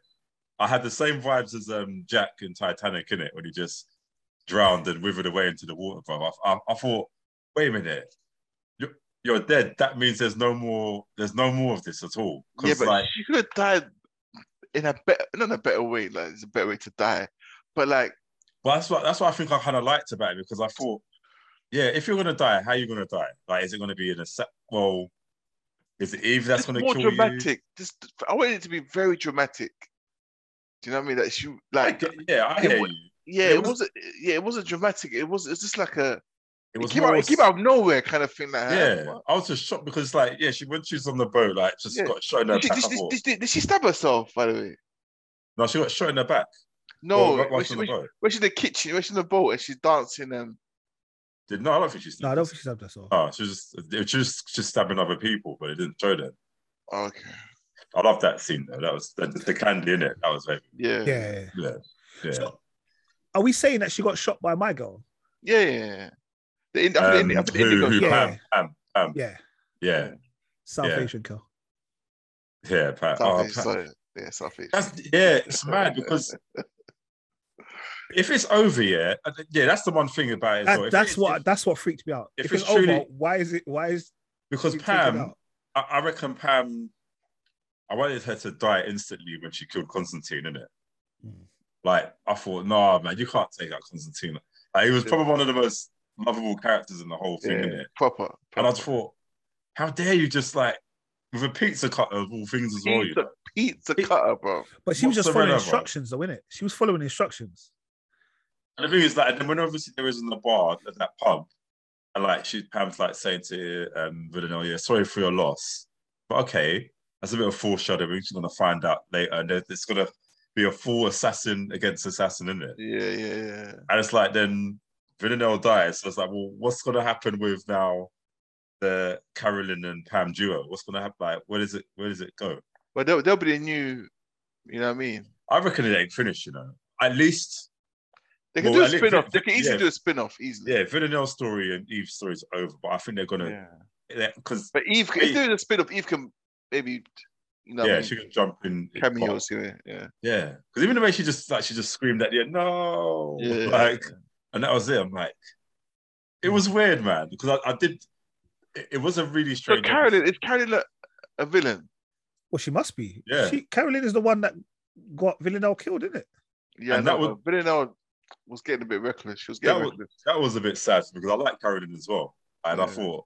S1: I had the same vibes as um Jack in Titanic in it when he just drowned and withered away into the water, bro. I, I, I thought, wait a minute, you're, you're dead. That means there's no more. There's no more of this at all.
S3: Yeah,
S1: 'Cause,
S3: but
S1: like,
S3: she could have died in a better, not in a better way. Like it's a better way to die, but like
S1: But that's what that's what I think I kind of liked about it because I thought, yeah, if you're gonna die, how you gonna die? Like, is it gonna be in a se- well? Is it Eve that's
S3: just
S1: gonna
S3: more
S1: kill you?
S3: dramatic. Just I wanted it to be very dramatic. Do you know what I mean? That she
S1: I
S3: like
S1: get, yeah, I
S3: It
S1: hear
S3: wa-
S1: you.
S3: yeah,
S1: it
S3: it
S1: was-
S3: wasn't yeah, it wasn't dramatic. It was it's just like a
S1: It
S3: it
S1: was
S3: came
S1: more,
S3: out it came out of nowhere kind of thing. Like
S1: Yeah, I was just shocked because like yeah, she when she was on the boat, like just
S3: Yeah.
S1: got shot in her
S3: Did she,
S1: back. I
S3: did, she-
S1: thought.
S3: did she- did she stab herself? By the way,
S1: no, she got shot in her back.
S3: no.
S1: Well, right
S3: when,
S1: whilst
S3: she,
S1: on the
S3: when, she-
S1: boat.
S3: when she's in the kitchen, when she's in the boat, and she's dancing and
S1: Did no, I don't think she's.
S2: No, I don't think she's up there. So
S1: Oh, she was just it was just just stabbing other people, but it didn't show them.
S3: oh, okay,
S1: I love that scene though. That was the, the candy in it. That was very
S3: yeah, yeah,
S2: yeah.
S1: yeah yeah.
S2: So, are we saying that she got shot by my girl?
S3: yeah. yeah. The, Ind- I think
S1: Um,
S3: the, Ind- I think the
S1: who,
S3: Indigo-
S1: who,
S2: yeah.
S1: Pam, Pam, Pam,
S2: Yeah,
S1: yeah.
S2: South
S1: Yeah.
S2: Asian girl.
S1: Yeah, Pat.
S3: South
S1: oh,
S3: Asian,
S1: Pat-
S3: sorry. Yeah, South Asian.
S1: That's, yeah, it's mad because if it's over, yeah, uh, yeah, that's the one thing about it. as
S2: That-
S1: well. If
S2: that's
S1: it-
S2: what
S1: if-
S2: that's what freaked me out.
S1: if
S2: If,
S1: it's
S2: it's, over,
S1: truly-
S2: why is it? Why is
S1: because
S2: it taken
S1: Pam,
S2: out?
S1: I, I reckon Pam, I wanted her to die instantly when she killed Constantine, innit?
S2: Mm.
S1: Like I thought, nah, man, you can't take out Constantine. Like, he was probably one of the most lovable characters in the whole thing,
S3: yeah,
S1: innit?
S3: proper. proper.
S1: And I just thought, how dare you just like with a pizza cutter of all things as well? You
S3: pizza,
S1: know?
S3: pizza
S1: It-
S3: cutter, bro.
S2: But she was just
S1: Mozzarella,
S2: following
S1: bro.
S2: instructions, though, innit? She was following instructions.
S1: And the thing is, like, and then when obviously there was in the bar at that pub, and like she Pam's like saying to um Villanelle, yeah, sorry for your loss. But okay, that's a bit of foreshadowing. She's gonna find out later, and there- it's gonna be a full assassin against assassin, isn't it?
S3: Yeah, yeah, yeah.
S1: And it's like then Villanelle dies. So it's like, well, what's gonna happen with now the Carolyn and Pam duo? What's gonna happen? Like, where does it where does it go?
S3: But there'll, there'll be a new, you know what I mean?
S1: I reckon it ain't finished, you know. At least
S3: They can
S1: Well, I
S3: do a
S1: li-
S3: spin off. They can easily
S1: yeah.
S3: do a spin off, easily.
S1: yeah, Villanelle's story and Eve's story is over, but I think they're gonna
S3: Yeah.
S1: because
S3: But Eve,
S1: Eve-
S3: if there is a spin off, Eve can maybe, you know, what I
S1: yeah,
S3: mean?
S1: she can jump in in
S3: cameos here. Yeah.
S1: Yeah, because even the way she just like she just screamed at the end, no,
S3: Yeah.
S1: like, and that was it. I'm like, it was weird, man, because I, I did. It, it was a really
S3: So
S1: strange.
S3: Carolyn is Carolyn a, a villain?
S2: Well, she must be.
S1: Yeah.
S2: She, Caroline is the one that got Villanelle killed, isn't it?
S3: Yeah,
S1: And
S3: that
S1: that
S3: was
S1: was-
S3: Villanelle was getting a bit reckless. She was getting
S1: That was-
S3: reckless.
S1: that was a bit sad because I like Carolyn as well, and I
S3: Yeah.
S1: thought,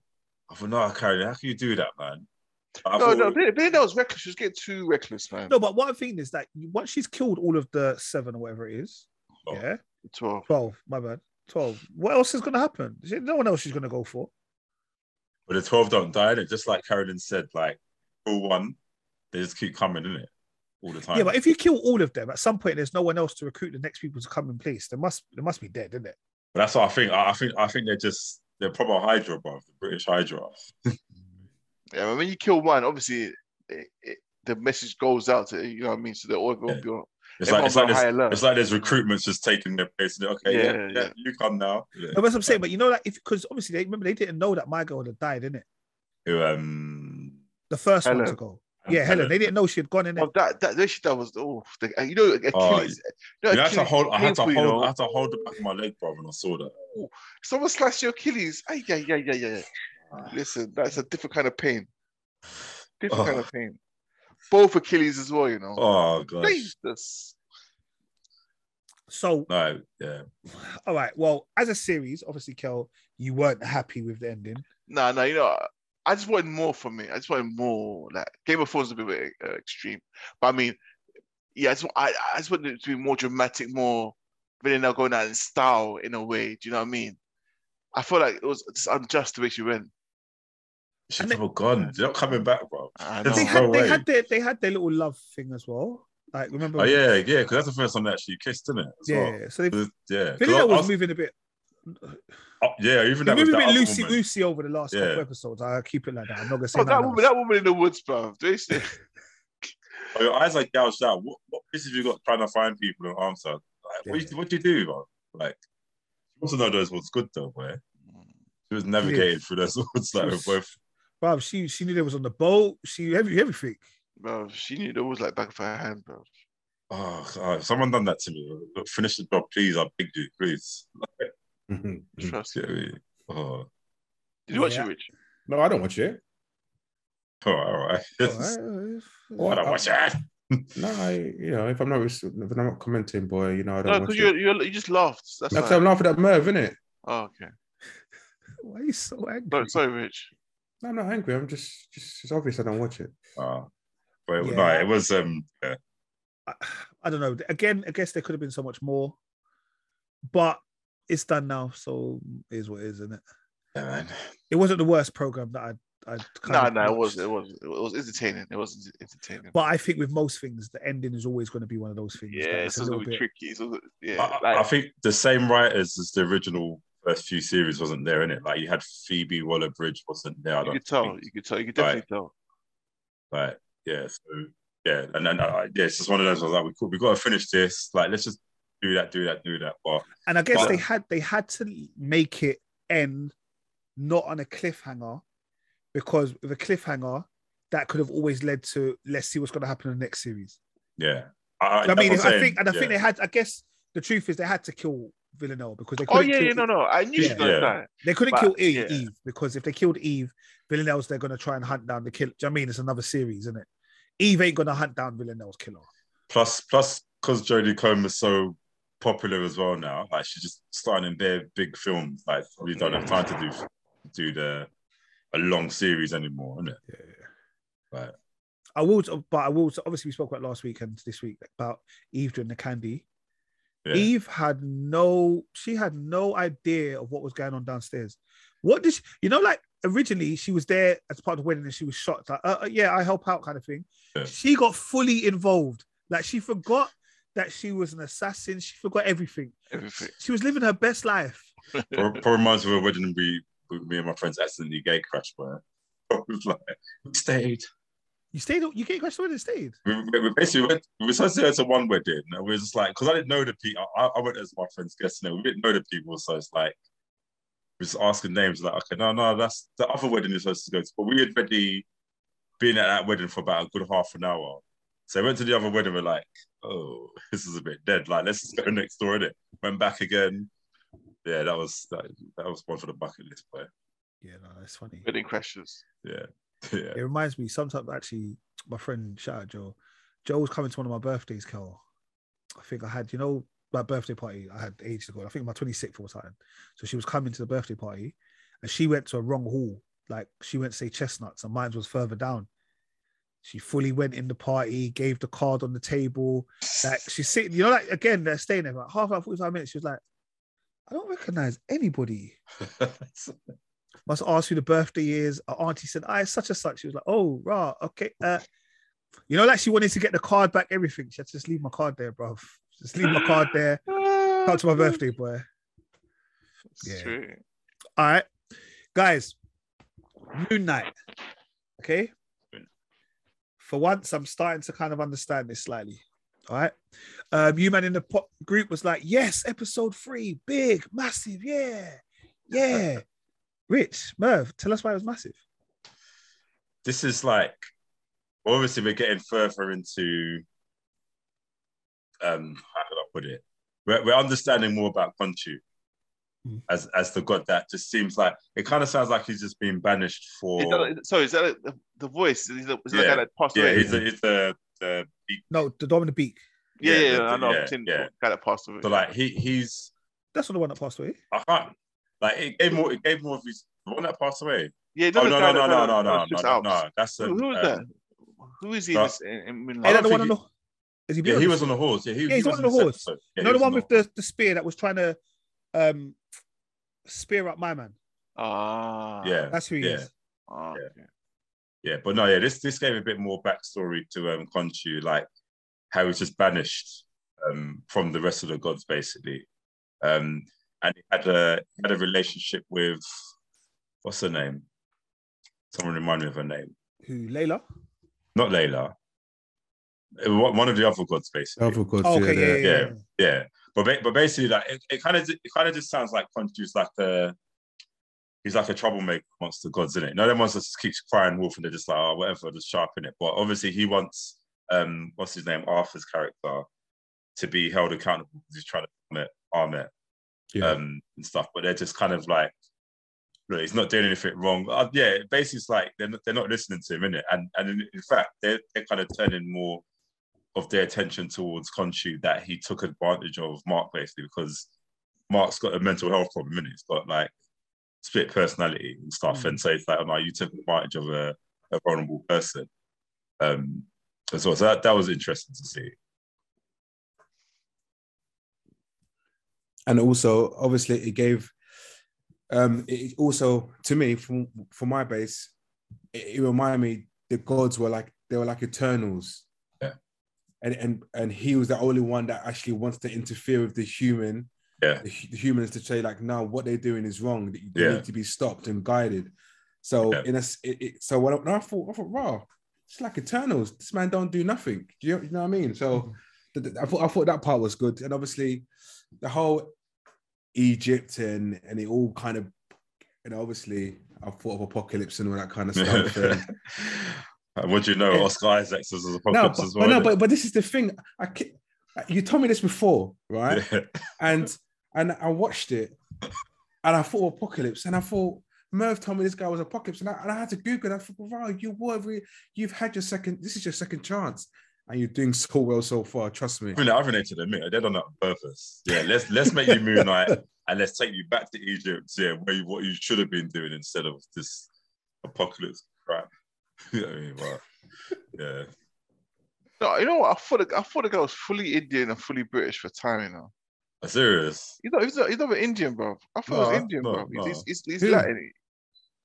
S1: I thought, no, Carolyn, how can you do that, man? I
S3: No,
S1: thought,
S3: no, Vill- Villanelle was reckless. She was getting too reckless, man.
S2: No, but one thing is that once she's killed all of the seven or whatever it is,
S1: Oh.
S2: yeah,
S3: Twelve.
S2: twelve. My bad, twelve. What else is going to happen? She- No one else she's going to go for.
S1: but the twelve don't die, and just like Carolyn said, like all one, they just keep coming in it all the time.
S2: Yeah, but if you kill all of them, at some point there's no one else to recruit the next people to come in place. They must, they must be dead, isn't it?
S1: But that's what I think. I, I think I think they're just they're proper Hydra, bro, the British Hydra.
S3: Yeah, when you kill one, obviously it, it, the message goes out to you know what I mean. So they're all going to be on.
S1: It's like,
S3: everyone's
S1: it's like
S3: on
S1: this,
S3: high alert.
S1: It's like there's recruitments just taking their place. And, okay, yeah,
S3: Yeah,
S1: yeah,
S3: yeah.
S1: you come now.
S2: No, that's what I'm saying. But you know that if because obviously they remember they didn't know that my girl had died, innit?
S1: Who, um,
S2: The first one
S3: Helen.
S2: to go. Yeah, Helen. They didn't know she had gone in.
S3: Oh, that that that, shit, that was oh, the, you know Achilles. you know,
S1: You know, I had to
S3: Achilles
S1: hold. I had to
S3: painful, you
S1: hold.
S3: know.
S1: I had to hold the back of my leg, bro, when I saw that.
S3: Ooh, someone slashed your Achilles. Ay, yeah, yeah, yeah, yeah. Listen, that's a different kind of pain. Different kind
S1: Oh.
S3: of pain. Both Achilles as well, you know.
S1: Oh gosh.
S3: Jesus.
S2: So,
S1: No, yeah.
S2: all right. Well, as a series, obviously, Kel, you weren't happy with the ending.
S3: No, no, you know, I just wanted more from it. I just wanted more. Like Game of Thrones is a bit uh, extreme, but I mean, yeah, I just, I, I just wanted it to be more dramatic, more really now going out in style in a way. Do you know what I mean? I feel like it was just unjust the way she went.
S1: She's
S2: And they- Oh,
S1: never gone. They're not coming back, bro.
S3: I
S1: There's
S3: know.
S2: They
S1: no
S2: had, they
S1: way.
S2: had their they had their little love thing as well. Like remember?
S1: Oh yeah, yeah. Because that's the first time they actually kissed, isn't it? As
S2: yeah.
S1: Well.
S2: So they,
S1: Yeah. 'Cause I-
S2: Villanelle
S1: I
S2: was
S1: was-
S2: moving a bit
S1: Oh, yeah, even that
S2: We've
S1: was that
S2: been a bit
S1: other
S2: loosey
S1: woman.
S2: goosey over the last
S1: Yeah.
S2: couple episodes. I keep it like that. I'm not gonna say
S3: Oh, that
S2: nothing
S3: woman,
S2: else.
S3: that woman in the woods, bruv. They used to-
S1: Oh, Your eyes are gouged out. What, what business have you got trying to find people and answer? Like, what,
S4: Yeah.
S1: you, what do you do, bro? Like, you also know those ones good though, where she was navigated through those ones like with both.
S2: Bruv, she she knew they was on the boat. She every everything.
S3: Bruv, she knew those like back of her hand, bruv.
S1: Oh, God, someone done that to me. Look, Finish the job, please. I beg you, please.
S4: Mm-hmm. Mm.
S3: Trust me.
S1: Get me. Oh,
S3: Did you watch
S2: Yeah.
S3: it, Rich?
S4: no, I don't watch it.
S1: all right, all right. I
S2: Alright,
S4: What?
S1: don't watch it.
S4: No, I, you know, if I'm not, res- if I'm not commenting, boy, you know, I
S3: No,
S4: don't
S3: because
S4: watch
S3: you
S4: it.
S3: you you just laughed. That's
S4: That's
S3: why.
S4: I'm laughing at Merv, innit?
S3: Oh, okay.
S2: Why are you so angry?
S3: No, sorry, Rich.
S4: No, I'm not angry. I'm just, just it's obvious I don't watch it.
S1: Uh, but it- no,
S2: Yeah.
S1: it was um, yeah,
S2: I, I don't know. Again, I guess there could have been so much more, but it's done now, so it is what it is, isn't it?
S1: yeah, man.
S2: It wasn't the worst program that I I
S3: No,
S2: kind
S3: no,
S2: of
S3: it was it
S2: watched,
S3: was it was entertaining. It was entertaining.
S2: But I think with most things, the ending is always going to be one of those things. that
S3: yeah,
S2: it's
S3: it's
S2: a
S3: a
S2: little
S3: little
S2: bit.
S3: tricky. It's also- yeah,
S1: I, I- I
S3: like,
S1: think the same writers as the original first few series wasn't there in it. Like you had Phoebe Waller Bridge wasn't there. I
S3: you
S1: don't
S3: could tell.
S1: think.
S3: You could tell. You could definitely tell.
S1: Like yeah, so yeah, and then uh, yeah, it's just one of those ones like we cool, we got to finish this. Like let's just do that, do that, do that. But
S2: And I guess
S1: But-
S2: they had they had to make it end not on a cliffhanger, because with a cliffhanger, that could have always led to let's see what's going to happen in the next series.
S1: yeah, I,
S2: I mean,
S1: that's what I'm
S2: I
S1: saying,
S2: think, and I
S1: yeah.
S2: think they had. I guess the truth is they had to kill Villanelle because they.
S3: Oh
S2: couldn't
S3: yeah,
S2: kill
S3: yeah, no, no. I knew
S2: Yeah.
S3: she was
S1: Yeah.
S3: that.
S2: They couldn't
S3: But,
S2: kill Eve,
S3: yeah.
S2: Eve because if they killed Eve, Villanelle's they're gonna try and hunt down the killer. Do you know what I mean it's another series, isn't it? Eve ain't gonna hunt down Villanelle's killer.
S1: plus plus because Jodie Comer's so popular as well now. Like she's just starting in bare big films. Like we don't have time to do do the a long series anymore, isn't it?
S2: Yeah.
S1: Right.
S2: I will, but I will. Obviously, we spoke about last week and this week about Eve doing the candy.
S1: Yeah.
S2: Eve had no, she had no idea of what was going on downstairs. What did she, you know? Like originally, she was there as part of the wedding and she was shot. Like, uh, uh, yeah, I help out, kind of thing.
S1: Yeah.
S2: She got fully involved. Like she forgot that she was an assassin. She forgot everything.
S3: Everything.
S2: She was living her best life.
S1: Pro- Probably reminds me of a wedding we, we- me and my friends accidentally gate crashed where it was like we stayed.
S2: You stayed. You get crashed away and stayed.
S1: We, we- we basically went. We were supposed to go to one wedding, and we were just like, because I didn't know the people. I, I went as my friend's guest, and we didn't know the people, so it's like we just asking names. Like, okay, no, no, that's the other wedding you're supposed to go to. But we had already been at that wedding for about a good half an hour, so we went to the other wedding. We're like, oh, this is a bit dead. Like, let's just go next door. innit? went back again. Yeah, that was that, that was one for the bucket list, but
S2: Yeah, no, that's funny.
S3: Wedding crashes.
S1: yeah, yeah.
S2: It reminds me sometimes actually, my friend shout out Joe. Joe was coming to one of my birthdays, Kel. I think I had, you know, my birthday party I had ages ago. I think my 26th or something. So she was coming to the birthday party and she went to a wrong hall. Like she went say chestnuts and mine was further down. She fully went in the party, gave the card on the table. Like she's sitting, you know, like again, they're staying there for like half hour, 45 minutes. She was like, I don't recognize anybody must ask who the birthday is. Her auntie said, I such and such. She was like, Oh, rah, okay. Uh, you know, like she wanted to get the card back, everything. She had to just leave my card there, bruv. Just leave my card there. Come
S3: Come
S2: to my birthday, boy. Yeah.
S3: True.
S2: All right. Guys, Moon Knight. Okay. For once, I'm starting to kind of understand this slightly. All right. Um, you man in the po- group was like, yes, episode three, big, massive. Yeah. Yeah. Rich, Merv, tell us why it was massive.
S1: this is like obviously we're getting further into um how can I put it? We're, we're understanding more about Conchu
S2: Mm.
S1: as as the god that just seems like it kind of sounds like he's just been banished for
S3: Is that, sorry, is that like, the, the voice? Is that, is that the
S1: Yeah.
S3: guy that passed
S1: yeah
S3: away?
S1: he's the, he's the, the
S2: No, the Dominic Beak.
S3: yeah,
S1: yeah,
S3: yeah,
S1: the-
S3: I know.
S1: yeah,
S3: I've seen
S1: yeah.
S3: the guy that passed away.
S1: so like he he's
S2: That's not the one that passed away.
S1: I can't like it gave more it gave more of his the one that passed away
S3: yeah,
S1: oh
S3: the
S1: no
S3: guy
S1: no no no
S3: that- that-
S1: no
S3: that
S1: no
S3: shoots
S1: no
S3: out.
S1: no that's um,
S3: Who who is
S1: um,
S3: that? Who is he in
S1: no.
S3: this? In, in Moonlight?
S1: I don't
S2: Is that the one on
S1: think
S2: the? Is he?
S1: yeah he
S2: on
S1: was
S2: the-
S1: on the horse yeah, he,
S2: Yeah, he's
S1: he was
S2: on the
S1: this
S2: horse.
S1: episode.
S2: You
S1: Yeah,
S2: know
S1: he
S2: the
S1: was on
S2: one with the, the spear that was trying to um spear up my man.
S3: Ah,
S1: horse. yeah
S2: That's who he
S1: Yeah.
S2: is.
S3: ah,
S1: Yeah.
S3: okay.
S1: Yeah, but no, yeah, this this gave a bit more backstory to um Khonshu, like how he's just banished um from the rest of the gods, basically. Um and he had a he had a relationship with what's her name? Someone remind me of her name.
S2: Who? Layla?
S1: Not Layla. It wa- One of the other gods, basically.
S4: Of course,
S2: Oh,
S4: yeah,
S2: okay, yeah,
S4: yeah.
S2: yeah, yeah.
S1: Yeah, but ba- but basically, like it, it kind of it kind of just sounds like Conjure's like a he's like a troublemaker amongst the gods, isn't it? No, them ones that just keeps crying wolf, and they're just like, oh, whatever, just sharpen it. But obviously, he wants um, what's his name, Arthur's character, to be held accountable because he's trying to arm it, arm it
S4: Yeah.
S1: um, and stuff. But they're just kind of like, look, he's not doing anything wrong. Uh, yeah, basically, it's like they're not, they're not listening to him, innit? And and in, in fact, they're they're kind of turning more of their attention towards Conchu that he took advantage of Mark basically because Mark's got a mental health problem, innit? He's got like split personality and stuff,
S4: Mm.
S1: and so it's like, oh no, you took advantage of a, a vulnerable person. Um, as well, so that, that was interesting to see.
S4: and also obviously it gave um it also to me from from my base it, it reminded me the gods were like they were like eternals
S1: Yeah.
S4: and and and he was the only one that actually wants to interfere with the human
S1: Yeah.
S4: the, hu- the humans to say like no what they're doing is wrong they, they
S1: Yeah.
S4: need to be stopped and guided so
S1: Yeah.
S4: in a s- it, it, so when I, when I thought I thought wow it's like eternals this man don't do nothing do you, you know what I mean so th- th- I thought I thought that part was good, and obviously the whole Egypt and and it all kind of and obviously I thought of apocalypse and all that kind of stuff. and-
S1: And what do you know?
S4: Yeah.
S1: Oscar Isaacs was a
S4: no,
S1: podcast
S4: but,
S1: as
S4: but
S1: well.
S4: no,
S1: innit?
S4: but but this is the thing. I ca- you told me this before, right?
S1: Yeah.
S4: And and I watched it, and I thought apocalypse, and I thought. Merv told me this guy was apocalypse, and I, and I had to Google. And I thought, wow, you were re- you've had your second. This is your second chance, and you're doing so well so far. Trust me.
S1: I mean, I've related to admit it. They've done that on purpose. Yeah, let's let's make you Moon Knight and let's take you back to Egypt. Yeah, where you, what you should have been doing instead of this apocalypse crap. you know what I mean? But, yeah,
S3: No, you know what? I thought the, I thought the guy was fully Indian and fully British for time. You know,
S1: I'm serious.
S3: he's not he's not, he's not an Indian, bro. I thought he
S1: No,
S3: was Indian,
S1: no,
S3: bro.
S1: no.
S3: He's, he's, he's,
S4: Who?
S3: Latin.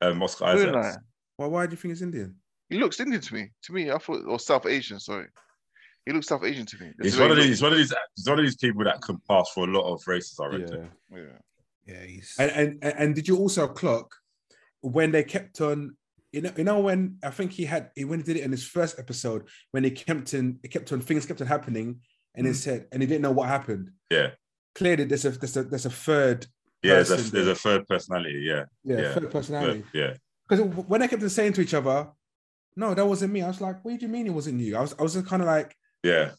S1: Um, Oscar
S3: Moon
S1: Isaacs.
S3: Knight.
S4: Why? Why do you think it's Indian?
S3: He looks Indian to me. To me, I thought or South Asian. Sorry, he looks South Asian to me. That's
S1: He's
S3: the way
S1: one of
S3: he
S1: these. He's one of these. He's one of these people that can pass for a lot of races. I reckon.
S4: Yeah.
S3: looks. Yeah.
S2: Yeah, he's.
S4: And, and and- and did you also clock when they kept on? You know, you know when I think he had he when he did it in his first episode when he kept on it kept on things kept on happening and he
S1: Mm.
S4: said and he didn't know what happened.
S1: Yeah.
S4: Clearly, there's a there's a there's a third
S1: Yeah, there's
S4: Person,
S1: a, there's
S4: yeah.
S1: a third personality. Yeah,
S4: yeah,
S1: Yeah.
S4: third
S1: yeah,
S4: personality
S1: yeah.
S4: because when they kept on saying to each other, no, that wasn't me. I was like, what do you mean it wasn't you? I was I was just kind of like
S1: yeah.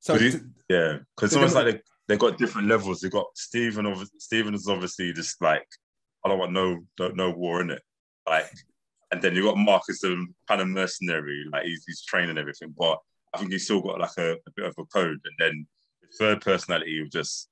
S4: so.
S1: But he-
S4: to-
S1: Yeah, because it's
S4: They
S1: almost
S4: don't-
S1: like they they got different levels. They got Stephen. obvi- Stephen is obviously just like I don't want no don't, no war in it. Like, and then you got Marcus, the kind of mercenary. Like he's he's trained and everything, but I think he's still got like a, a bit of a code. And then the third personality will just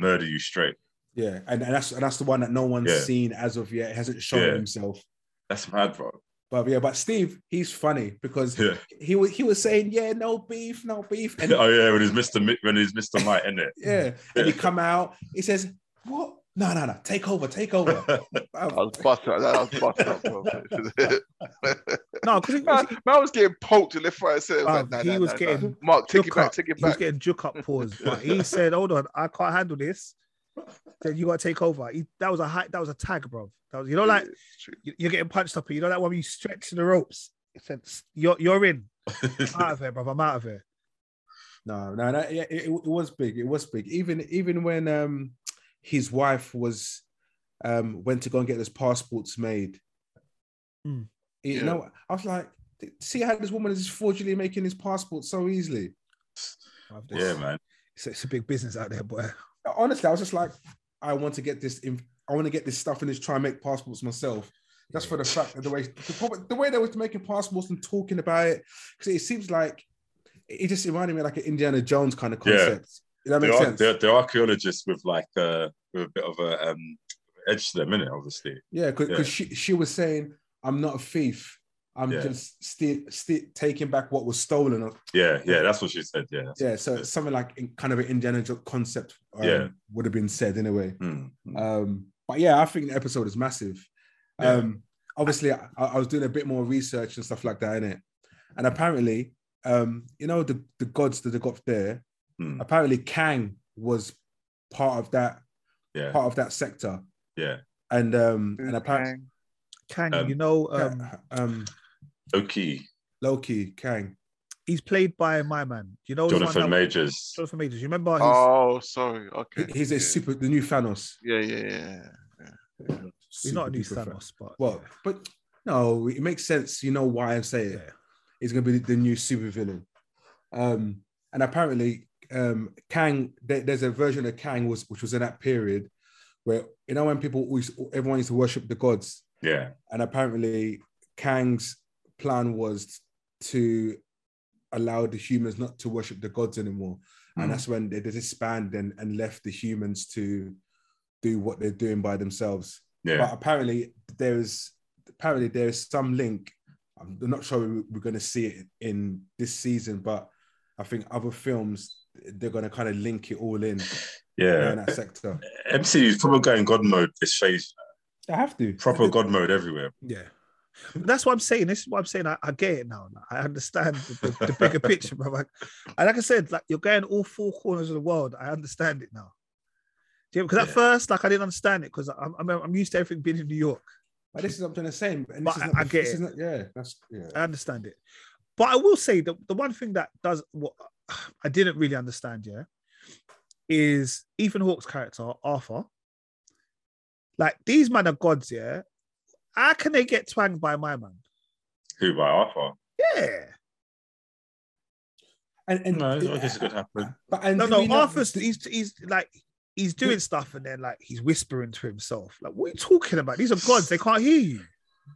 S1: murder you straight.
S4: yeah, and, and that's and that's the one that no one's
S1: Yeah.
S4: seen as of yet. Hasn't shown
S1: Yeah.
S4: himself.
S1: That's mad, bro.
S4: But yeah, but Steve, he's funny because
S1: Yeah.
S4: he was he was saying, yeah, no beef, no beef, and
S1: oh yeah, when he's Mister Mi- when he's Mister Knight, isn't it?
S4: yeah, and he come out, he says, what? No, no, no, take over, take over.
S3: I was busted up. I was busted up, bro.
S2: no, because he,
S3: man,
S2: was-
S3: man was getting poked to left, right, and centre.
S2: bruv,
S3: Like, nah,
S2: he
S3: nah,
S2: was
S3: nah, nah.
S2: getting
S3: Mark, take it
S2: shook
S3: back,
S2: up.
S3: take it
S2: he was
S3: back.
S2: getting juke up paused, but he said, "Hold on, I can't handle this." Then you gotta take over. He, that was a high, that was a tag, bro. That was, you know, like you- you're getting punched up. You know that one where you stretch the ropes. He said, "S- "You're you're in. I'm out of here, bro. I'm out of here."
S4: no, no, no, yeah, it, it was big, it was big. Even even when um his wife was um went to go and get his passports made,
S2: Hmm.
S4: you
S3: Yeah.
S4: know, I was like, see how this woman is fraudulently making his passport so easily.
S2: Bruv,
S1: yeah,
S2: this-
S1: man.
S2: It's, it's a big business out there, boy.
S4: honestly, I was just like, I want to get this. In, I want to get this stuff and just try and make passports myself. Just for the fact that the way the, prob- the way they was making passports and talking about it, because it seems like it just reminded me like an Indiana Jones kind of
S1: Yeah.
S4: concept. Yeah. That
S1: There
S4: makes
S1: are
S4: sense.
S1: there, there are archaeologists with like uh, with a bit of a um, edge to them, innit? Obviously.
S4: Yeah, because
S1: Yeah.
S4: she she was saying, "I'm not a thief. I'm
S1: Yeah.
S4: just still sti- taking back what was stolen." or-
S1: Yeah, yeah, that's what she said. Yeah, that's-
S4: Yeah, so it's something like in kind of an Indiana Jones concept um,
S1: Yeah.
S4: would have been said in a way.
S1: Mm.
S4: Um, but yeah, I think the episode is massive.
S1: Yeah.
S4: Um, obviously, I, I was doing a bit more research and stuff like that in it, and apparently, um, you know, the, the gods that they got there.
S1: Mm.
S4: Apparently, Kang was part of that
S1: Yeah.
S4: part of that sector.
S1: Yeah.
S4: And um and apparently
S3: Kang.
S2: Kang,
S1: Um,
S2: you know, um,
S4: um, um
S1: Loki,
S4: Loki Kang.
S2: he's played by my man. You know, the one
S1: Jonathan
S2: that-
S1: Majors.
S2: Jonathan Majors. You remember? His,
S4: Ah,
S3: Oh, sorry.
S4: He-
S3: Okay.
S4: He's a
S3: yeah.
S4: super the new Thanos.
S3: Yeah, yeah, yeah.
S2: he's not
S4: Super
S2: a new
S4: duper fan.
S2: Thanos, but
S4: Well, but no, it makes sense. You know why I say
S2: yeah.
S4: it. He's gonna be the new supervillain. Um, and apparently, um, Kang. There, there's a version of Kang was which was in that period where you know when people always everyone used to worship the gods,
S1: Yeah.
S4: and apparently Kang's plan was to allow the humans not to worship the gods anymore, and
S2: Mm.
S4: that's when they disbanded and, and left the humans to do what they're doing by themselves
S1: Yeah.
S4: but apparently there is apparently there is some link. I'm not sure we- we're going to see it in this season, but I think other films they're going to kind of link it all in
S1: Yeah.
S4: in that sector.
S1: MCU is probably going God mode this phase.
S4: They have to
S1: Proper God mode everywhere.
S2: Yeah. That's what I'm saying. This is what I'm saying. I, I get it now. like, I understand the, the, the bigger picture, bro. Like, and like I said, like you're going all four corners of the world. I understand it now. Do you because at
S1: Yeah.
S2: first, like I didn't understand it because I'm, I'm I'm used to everything being in New York.
S4: But this is what I'm trying to say. And this
S2: But
S4: is
S2: I-
S4: not,
S2: I get
S4: this
S2: it.
S4: is not, yeah, that's yeah.
S2: I understand it. But I will say that the one thing that does what I didn't really understand, yeah, is Ethan Hawke's character, Arthur. Like these man are gods, yeah. How can they get twanged by my man?
S1: Who by Arthur?
S2: Yeah.
S4: And, and
S1: No, it's not just going to happen.
S4: But and
S2: No,
S4: did
S2: no,
S4: we not-
S2: Arthur's he's he's like he's doing stuff and then like he's whispering to himself. Like, what are you talking about? These are gods, they can't hear you.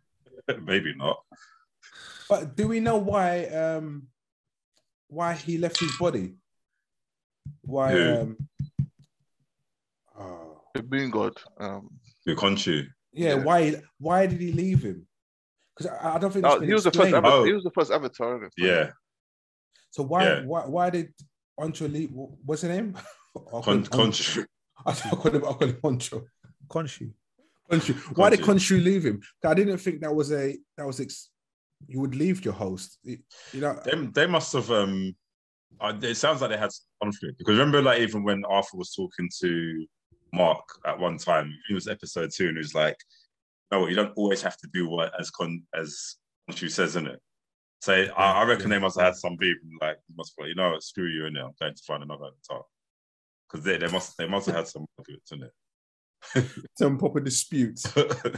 S1: Maybe not.
S4: But do we know why um why he left his body? Why
S1: Who?
S4: um oh.
S3: The moon god. Um,
S1: Who can't you?
S4: yeah,
S3: Yeah.
S4: why why did he leave him? Because I, I don't think it's
S3: oh,
S4: been
S3: he was the first.
S4: explained.
S3: Avatar,
S1: Oh.
S3: He was the first avatar. Isn't it?
S1: Yeah.
S4: So why
S1: Yeah.
S4: why why did Oncho leave? What's his name? I
S1: Con-
S4: couldn't-
S1: Conchu.
S4: I call him I call him Oncho.
S2: Konshu.
S4: Conchu. Why did
S1: Conchu.
S4: Conchu leave him? 'Cause I didn't think that was a that was ex- you would leave your host. You you know,
S1: They, they must have. um uh, It sounds like they had conflict because remember, like even when Arthur was talking to Mark at one time, it was episode two, and he was like, "No, you don't always have to do what as con as Conchu says in it." So I, I reckon
S4: yeah.
S1: they must have had some beef. and, Like, you must have, you know, what, screw you in there. I'm going to find another avatar because they, they must they must have had some arguments in
S4: some proper disputes.
S1: it.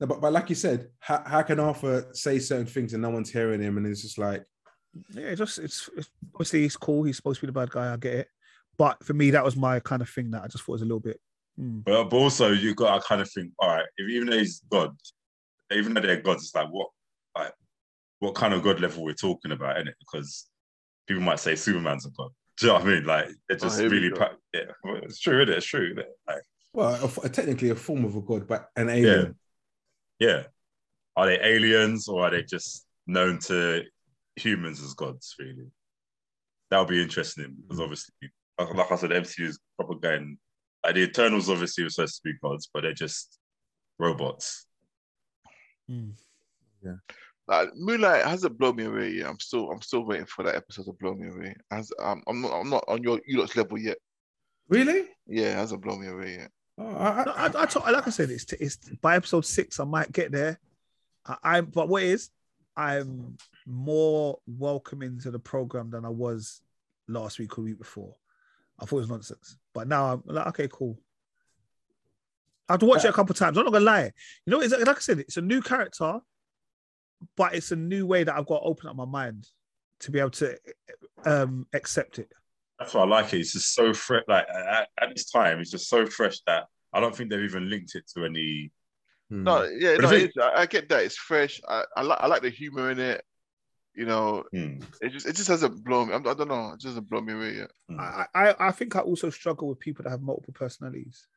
S4: No, but, but like you said, how, how can Arthur say certain things and no one's hearing him? And it's just like,
S2: Yeah, it's just it's, it's obviously he's cool, he's supposed to be the bad guy, I get it. But for me, that was my kind of thing that I just thought was a little bit hmm.
S1: But, but also you got to kind of think, all right, if, even though he's God, even though they're gods, it's like what, like what kind of God level we're talking about, innit? Because people might say Superman's a god. Do you know what I mean? Like they're just
S3: Oh, here we
S1: really,
S3: go.
S1: pra- yeah. well, it's true, innit? It's true. innit? Like,
S4: well, a f technically a form of a god, but an alien.
S1: yeah. Are they aliens or are they just known to humans as gods? Really, that would be interesting because
S3: Mm-hmm.
S1: obviously, like, like I said, MCU is proper going. Like the Eternals obviously were supposed to be gods, but they're just robots.
S2: hmm.
S3: Like, Moonlight hasn't blown me away yet. I'm still, I'm still waiting for that episode to blow me away. Has, um, I'm not, I'm not on your you lot's level yet.
S4: Really?
S3: Yeah, it hasn't blown me away yet.
S4: Oh, I,
S2: No, I, I told- like I said, it's it's by episode six, I might get there. I, I'm but what is I'm more welcoming to the program than I was last week or week before. I thought it was nonsense, but now I'm like, okay, cool. I had to watch it a couple times. I'm not gonna lie. You know, it's like, like I said, it's a new character, but it's a new way that I've got to open up my mind to be able to um accept it.
S1: That's why I like it. It's just so fresh. Like at, at this time, it's just so fresh that I don't think they've even linked it to any.
S4: Hmm.
S3: No, yeah,
S1: But
S3: no,
S1: I think-
S3: it's- I, I get that. It's fresh. I, I like, I like the humor in it. You know,
S1: Hmm.
S3: it just, it just hasn't blown me. I, I don't know. It just hasn't blown me away yet.
S1: hmm.
S2: I, I I think I also struggle with people that have multiple personalities.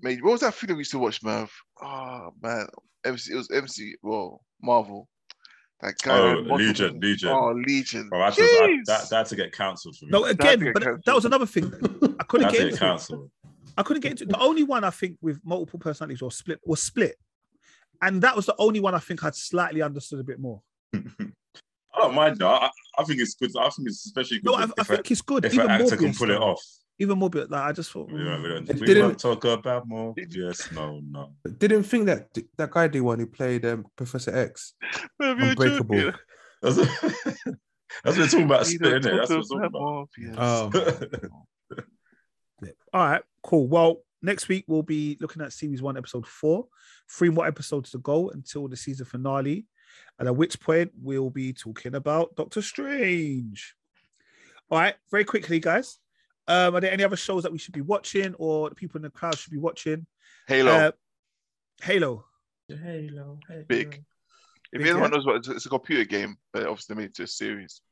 S3: Mate, what was that film we used to watch, man? Oh man, MC, it was MC. Well, Marvel. That guy.
S1: Oh,
S3: had multiple-
S1: Legion, Legion.
S3: Oh, Legion.
S1: Well, that's just, I,
S3: Jeez.
S1: that, that had to get cancelled for me.
S2: No, uh, again,
S3: get
S2: but
S3: cancelled.
S2: that was another thing. I
S1: that
S2: couldn't get
S1: had to get
S2: into. it.
S1: cancelled.
S2: I couldn't get into. it. The only one I think with multiple personalities or split was split, and that was the only one I think I'd slightly understood a bit more.
S1: I don't mind that. I, I think it's good. I think it's especially good
S2: No, I, I
S1: if, a-
S2: think it's good.
S1: if
S2: Even
S1: an actor
S2: Morbius,
S1: can pull it
S2: though.
S1: off.
S2: even more bit like I just thought. mm.
S1: We don't, we don't,
S4: It
S1: we
S4: didn't-
S1: won't talk about more. Yes, no, no.
S4: Didn't think that that guy did one who played um, Professor X. Unbreakable.
S3: Unbreakable.
S1: That's, that's what we're talking about, spit, innit? That's what we're talking
S4: Oh.
S1: about.
S2: All right, cool. Well, next week we'll be looking at series one, episode four. Three more episodes to go until the season finale, and at which point we'll be talking about Doctor Strange. All right, very quickly, guys. Um, are there any other shows that we should be watching or the people in the crowd should be watching?
S3: Halo.
S2: Uh, Halo.
S1: Halo, Halo.
S3: Big. if
S2: Mm. big,
S3: anyone
S2: yeah.
S3: knows what it's, it's a computer game, but obviously made it to a series.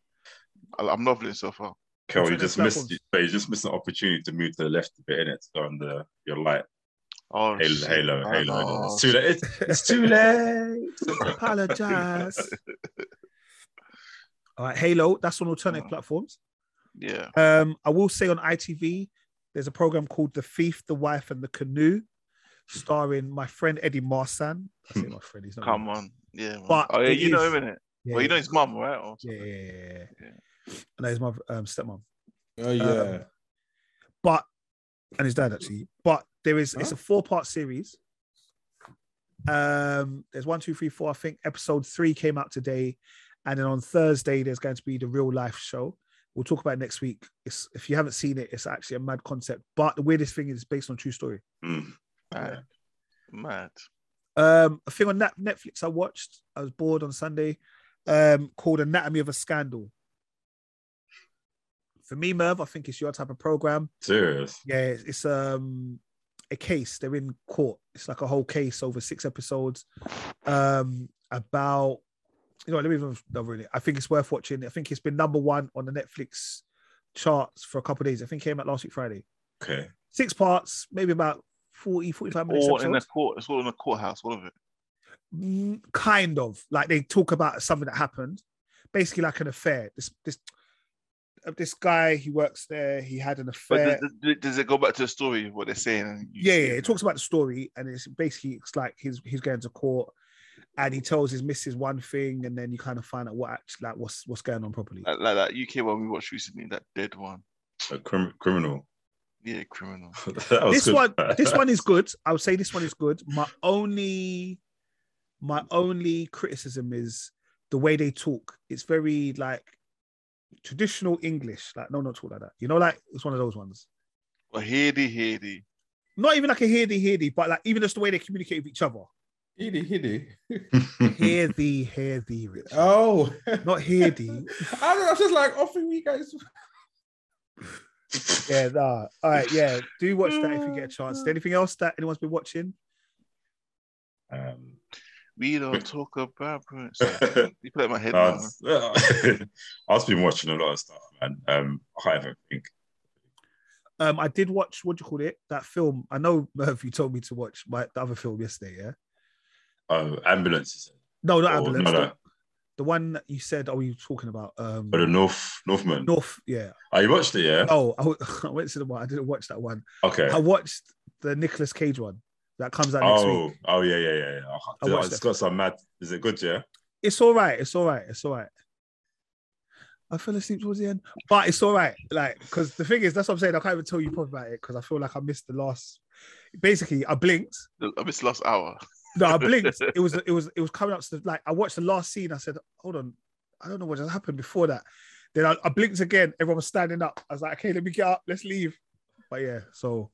S3: I, I'm loving it so far.
S1: Kel, you
S2: Different
S1: just missed
S2: platforms.
S1: you, you just missed an opportunity to move to the left a bit, innit? To go on the your light.
S3: Oh,
S1: Halo,
S3: shit.
S1: Halo,
S3: I
S1: Halo. innit?
S3: know.
S2: Oh.
S1: It's too late. It's, it's too late.
S2: Apologize. All right, Halo. That's on alternative
S3: Oh.
S2: platforms.
S3: Yeah.
S2: Um, I will say on ITV, there's a program called The Thief, The Wife, and The Canoe, starring my friend Eddie Marsan. I say my friend, he's not.
S3: Come on. Yeah. Man.
S2: But
S3: oh, yeah,
S2: it
S3: you know
S2: is-
S3: him, innit?
S2: Yeah,
S3: Well, you know his mum, right? Or
S2: yeah, yeah,
S3: something.
S2: yeah, yeah. And his mother, um, stepmom,
S4: Oh yeah.
S2: but and his dad actually. But there is it's a four part series. Um, there's one, two, three, four. I think episode three came out today, and then on Thursday there's going to be the real life show. We'll talk about it next week. It's, if you haven't seen it, it's actually a mad concept. But the weirdest thing is it's based on true story.
S1: Mm.
S3: Mad. Mad.
S2: um a thing on Nat- Netflix I watched. I was bored on Sunday. Um, called Anatomy of a Scandal. For me, Merv, I think it's your type of program.
S1: Serious.
S2: Yeah, it's, it's um a case. They're in court. It's like a whole case over six episodes. Um, about you know, let me even not really. I think it's worth watching. I think it's been number one on the Netflix charts for a couple of days. I think it came out last week Friday.
S1: Okay.
S2: Six parts, maybe about 40, 45 minutes.
S3: All in
S2: episodes.
S3: the court. It's all in the courthouse. All of it.
S2: Mm, kind of like they talk about something that happened basically like an affair this this uh, this guy he works there he had an
S3: But
S2: affair
S3: does, does- does it go back to the story of what they're saying? And
S2: yeah
S3: you see
S2: yeah it talks about the story and it's basically it's like he's he's going to court and he tells his missus one thing and then you kind of find out what actually like what's what's going on properly
S3: Like, like that UK one we watched recently, that dead one.
S1: A crim- criminal.
S3: Yeah, criminal.
S1: That was
S2: this
S1: good.
S2: one this one is good i would say this one is good my only my only criticism is the way they talk it's very like traditional english like no not talk like that you know like it's one of those ones
S3: Well, heady, heady.
S2: not even like a hear thee hear thee but like even just the way they communicate with each other
S4: Hiddy hiddy.
S1: Hmm.
S2: hear thee hear thee Rich.
S4: Oh.
S2: not hear thee
S4: I was just like offering you guys.
S2: yeah nah. all right yeah do watch that if you get a chance anything else that anyone's been watching
S1: Um,
S3: We don't talk about Prince.
S1: I
S3: You put that in my head now.
S1: was- uh, I've been watching a lot of stuff, man. Um, I can't even think.
S2: um i did watch what do you call it that film i know Murph, you told me to watch my the other film yesterday yeah
S1: Oh, ambulances.
S2: No, not
S1: Or-
S2: ambulance.
S1: Oh, no, no.
S2: The, the one that you said, are we talking about? Um,
S1: But Oh, the North Northman.
S2: North, yeah.
S1: Oh, you watched it, yeah?
S2: Oh, I, w- I went to the one. I didn't watch that one.
S1: Okay.
S2: I watched the Nicolas Cage one that comes out next
S1: Oh,
S2: week.
S1: oh yeah, yeah, yeah. yeah. Oh,
S2: I watched
S1: it's
S2: it.
S1: got some mad. Is it good? Yeah.
S2: It's all right. It's all right. It's all right. I fell asleep towards the end, but it's all right. Like, because the thing is, that's what I'm saying. I can't even tell you proper about it because I feel like I missed the last. Basically, I blinked.
S3: I missed last hour.
S2: No, I blinked. it was it was it was coming up to the, like I watched the last scene. I said, "Hold on, I don't know what just happened before that." Then I, I blinked again. Everyone was standing up. I was like, "Okay, let me get up. Let's leave." But yeah, so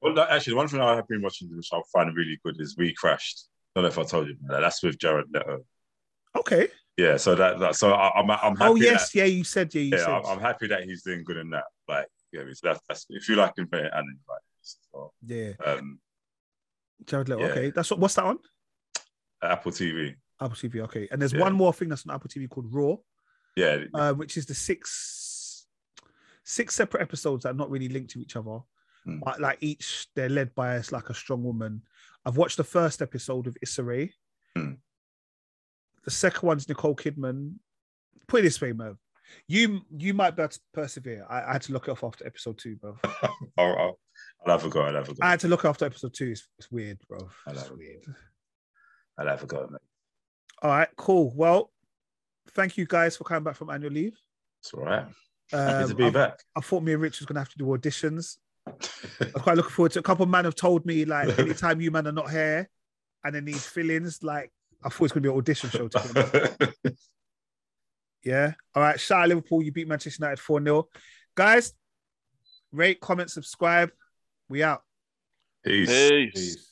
S1: Well, no, actually, one thing I have been watching, which I find really good, is We Crashed. I don't know if I told you about that. That's with Jared Leto.
S2: okay.
S1: Yeah. So that, that so I, I'm I'm happy.
S2: Oh yes, yeah. You said yeah. You
S1: That, yeah,
S2: said
S1: I'm, I'm happy that he's doing good in that. Like, yeah, so that's that's if you like him, very and like. So,
S2: yeah.
S1: um,
S2: Jared Leto.
S1: Yeah.
S2: Okay, that's what. What's that on
S1: Apple TV.
S2: Apple TV? Okay, and there's
S1: Yeah.
S2: one more thing that's on Apple TV called Raw,
S1: Yeah.
S2: uh, which is the six six separate episodes that are not really linked to each other,
S1: Hmm.
S2: but like each they're led by us like a strong woman. I've watched the first episode of Issa Rae.
S1: Hmm.
S2: The second one's Nicole Kidman. Put it this way, Merv. You you might be able to persevere. I, I had to look it off after episode two, bro.
S1: I'll, I'll, I'll have a go. I'll have a go.
S2: I had to look after episode two. It's, it's weird, bro.
S1: I know.
S2: It's weird.
S1: I'll have a go. Mate.
S2: All right, cool. Well, thank you guys for coming back from annual leave.
S1: It's all right. Happy to
S2: Um,
S1: be
S2: I,
S1: back.
S2: I thought me and Rich was going to have to do auditions. I'm quite looking forward to. A couple of men have told me like, anytime you men are not here, and they need fillings, like I thought it's going to be an audition show. To be honest. Yeah. All right. Shout out Liverpool. You beat Manchester United 4 0. Guys, rate, comment, subscribe. We out.
S1: Peace.
S3: Peace.
S4: Peace.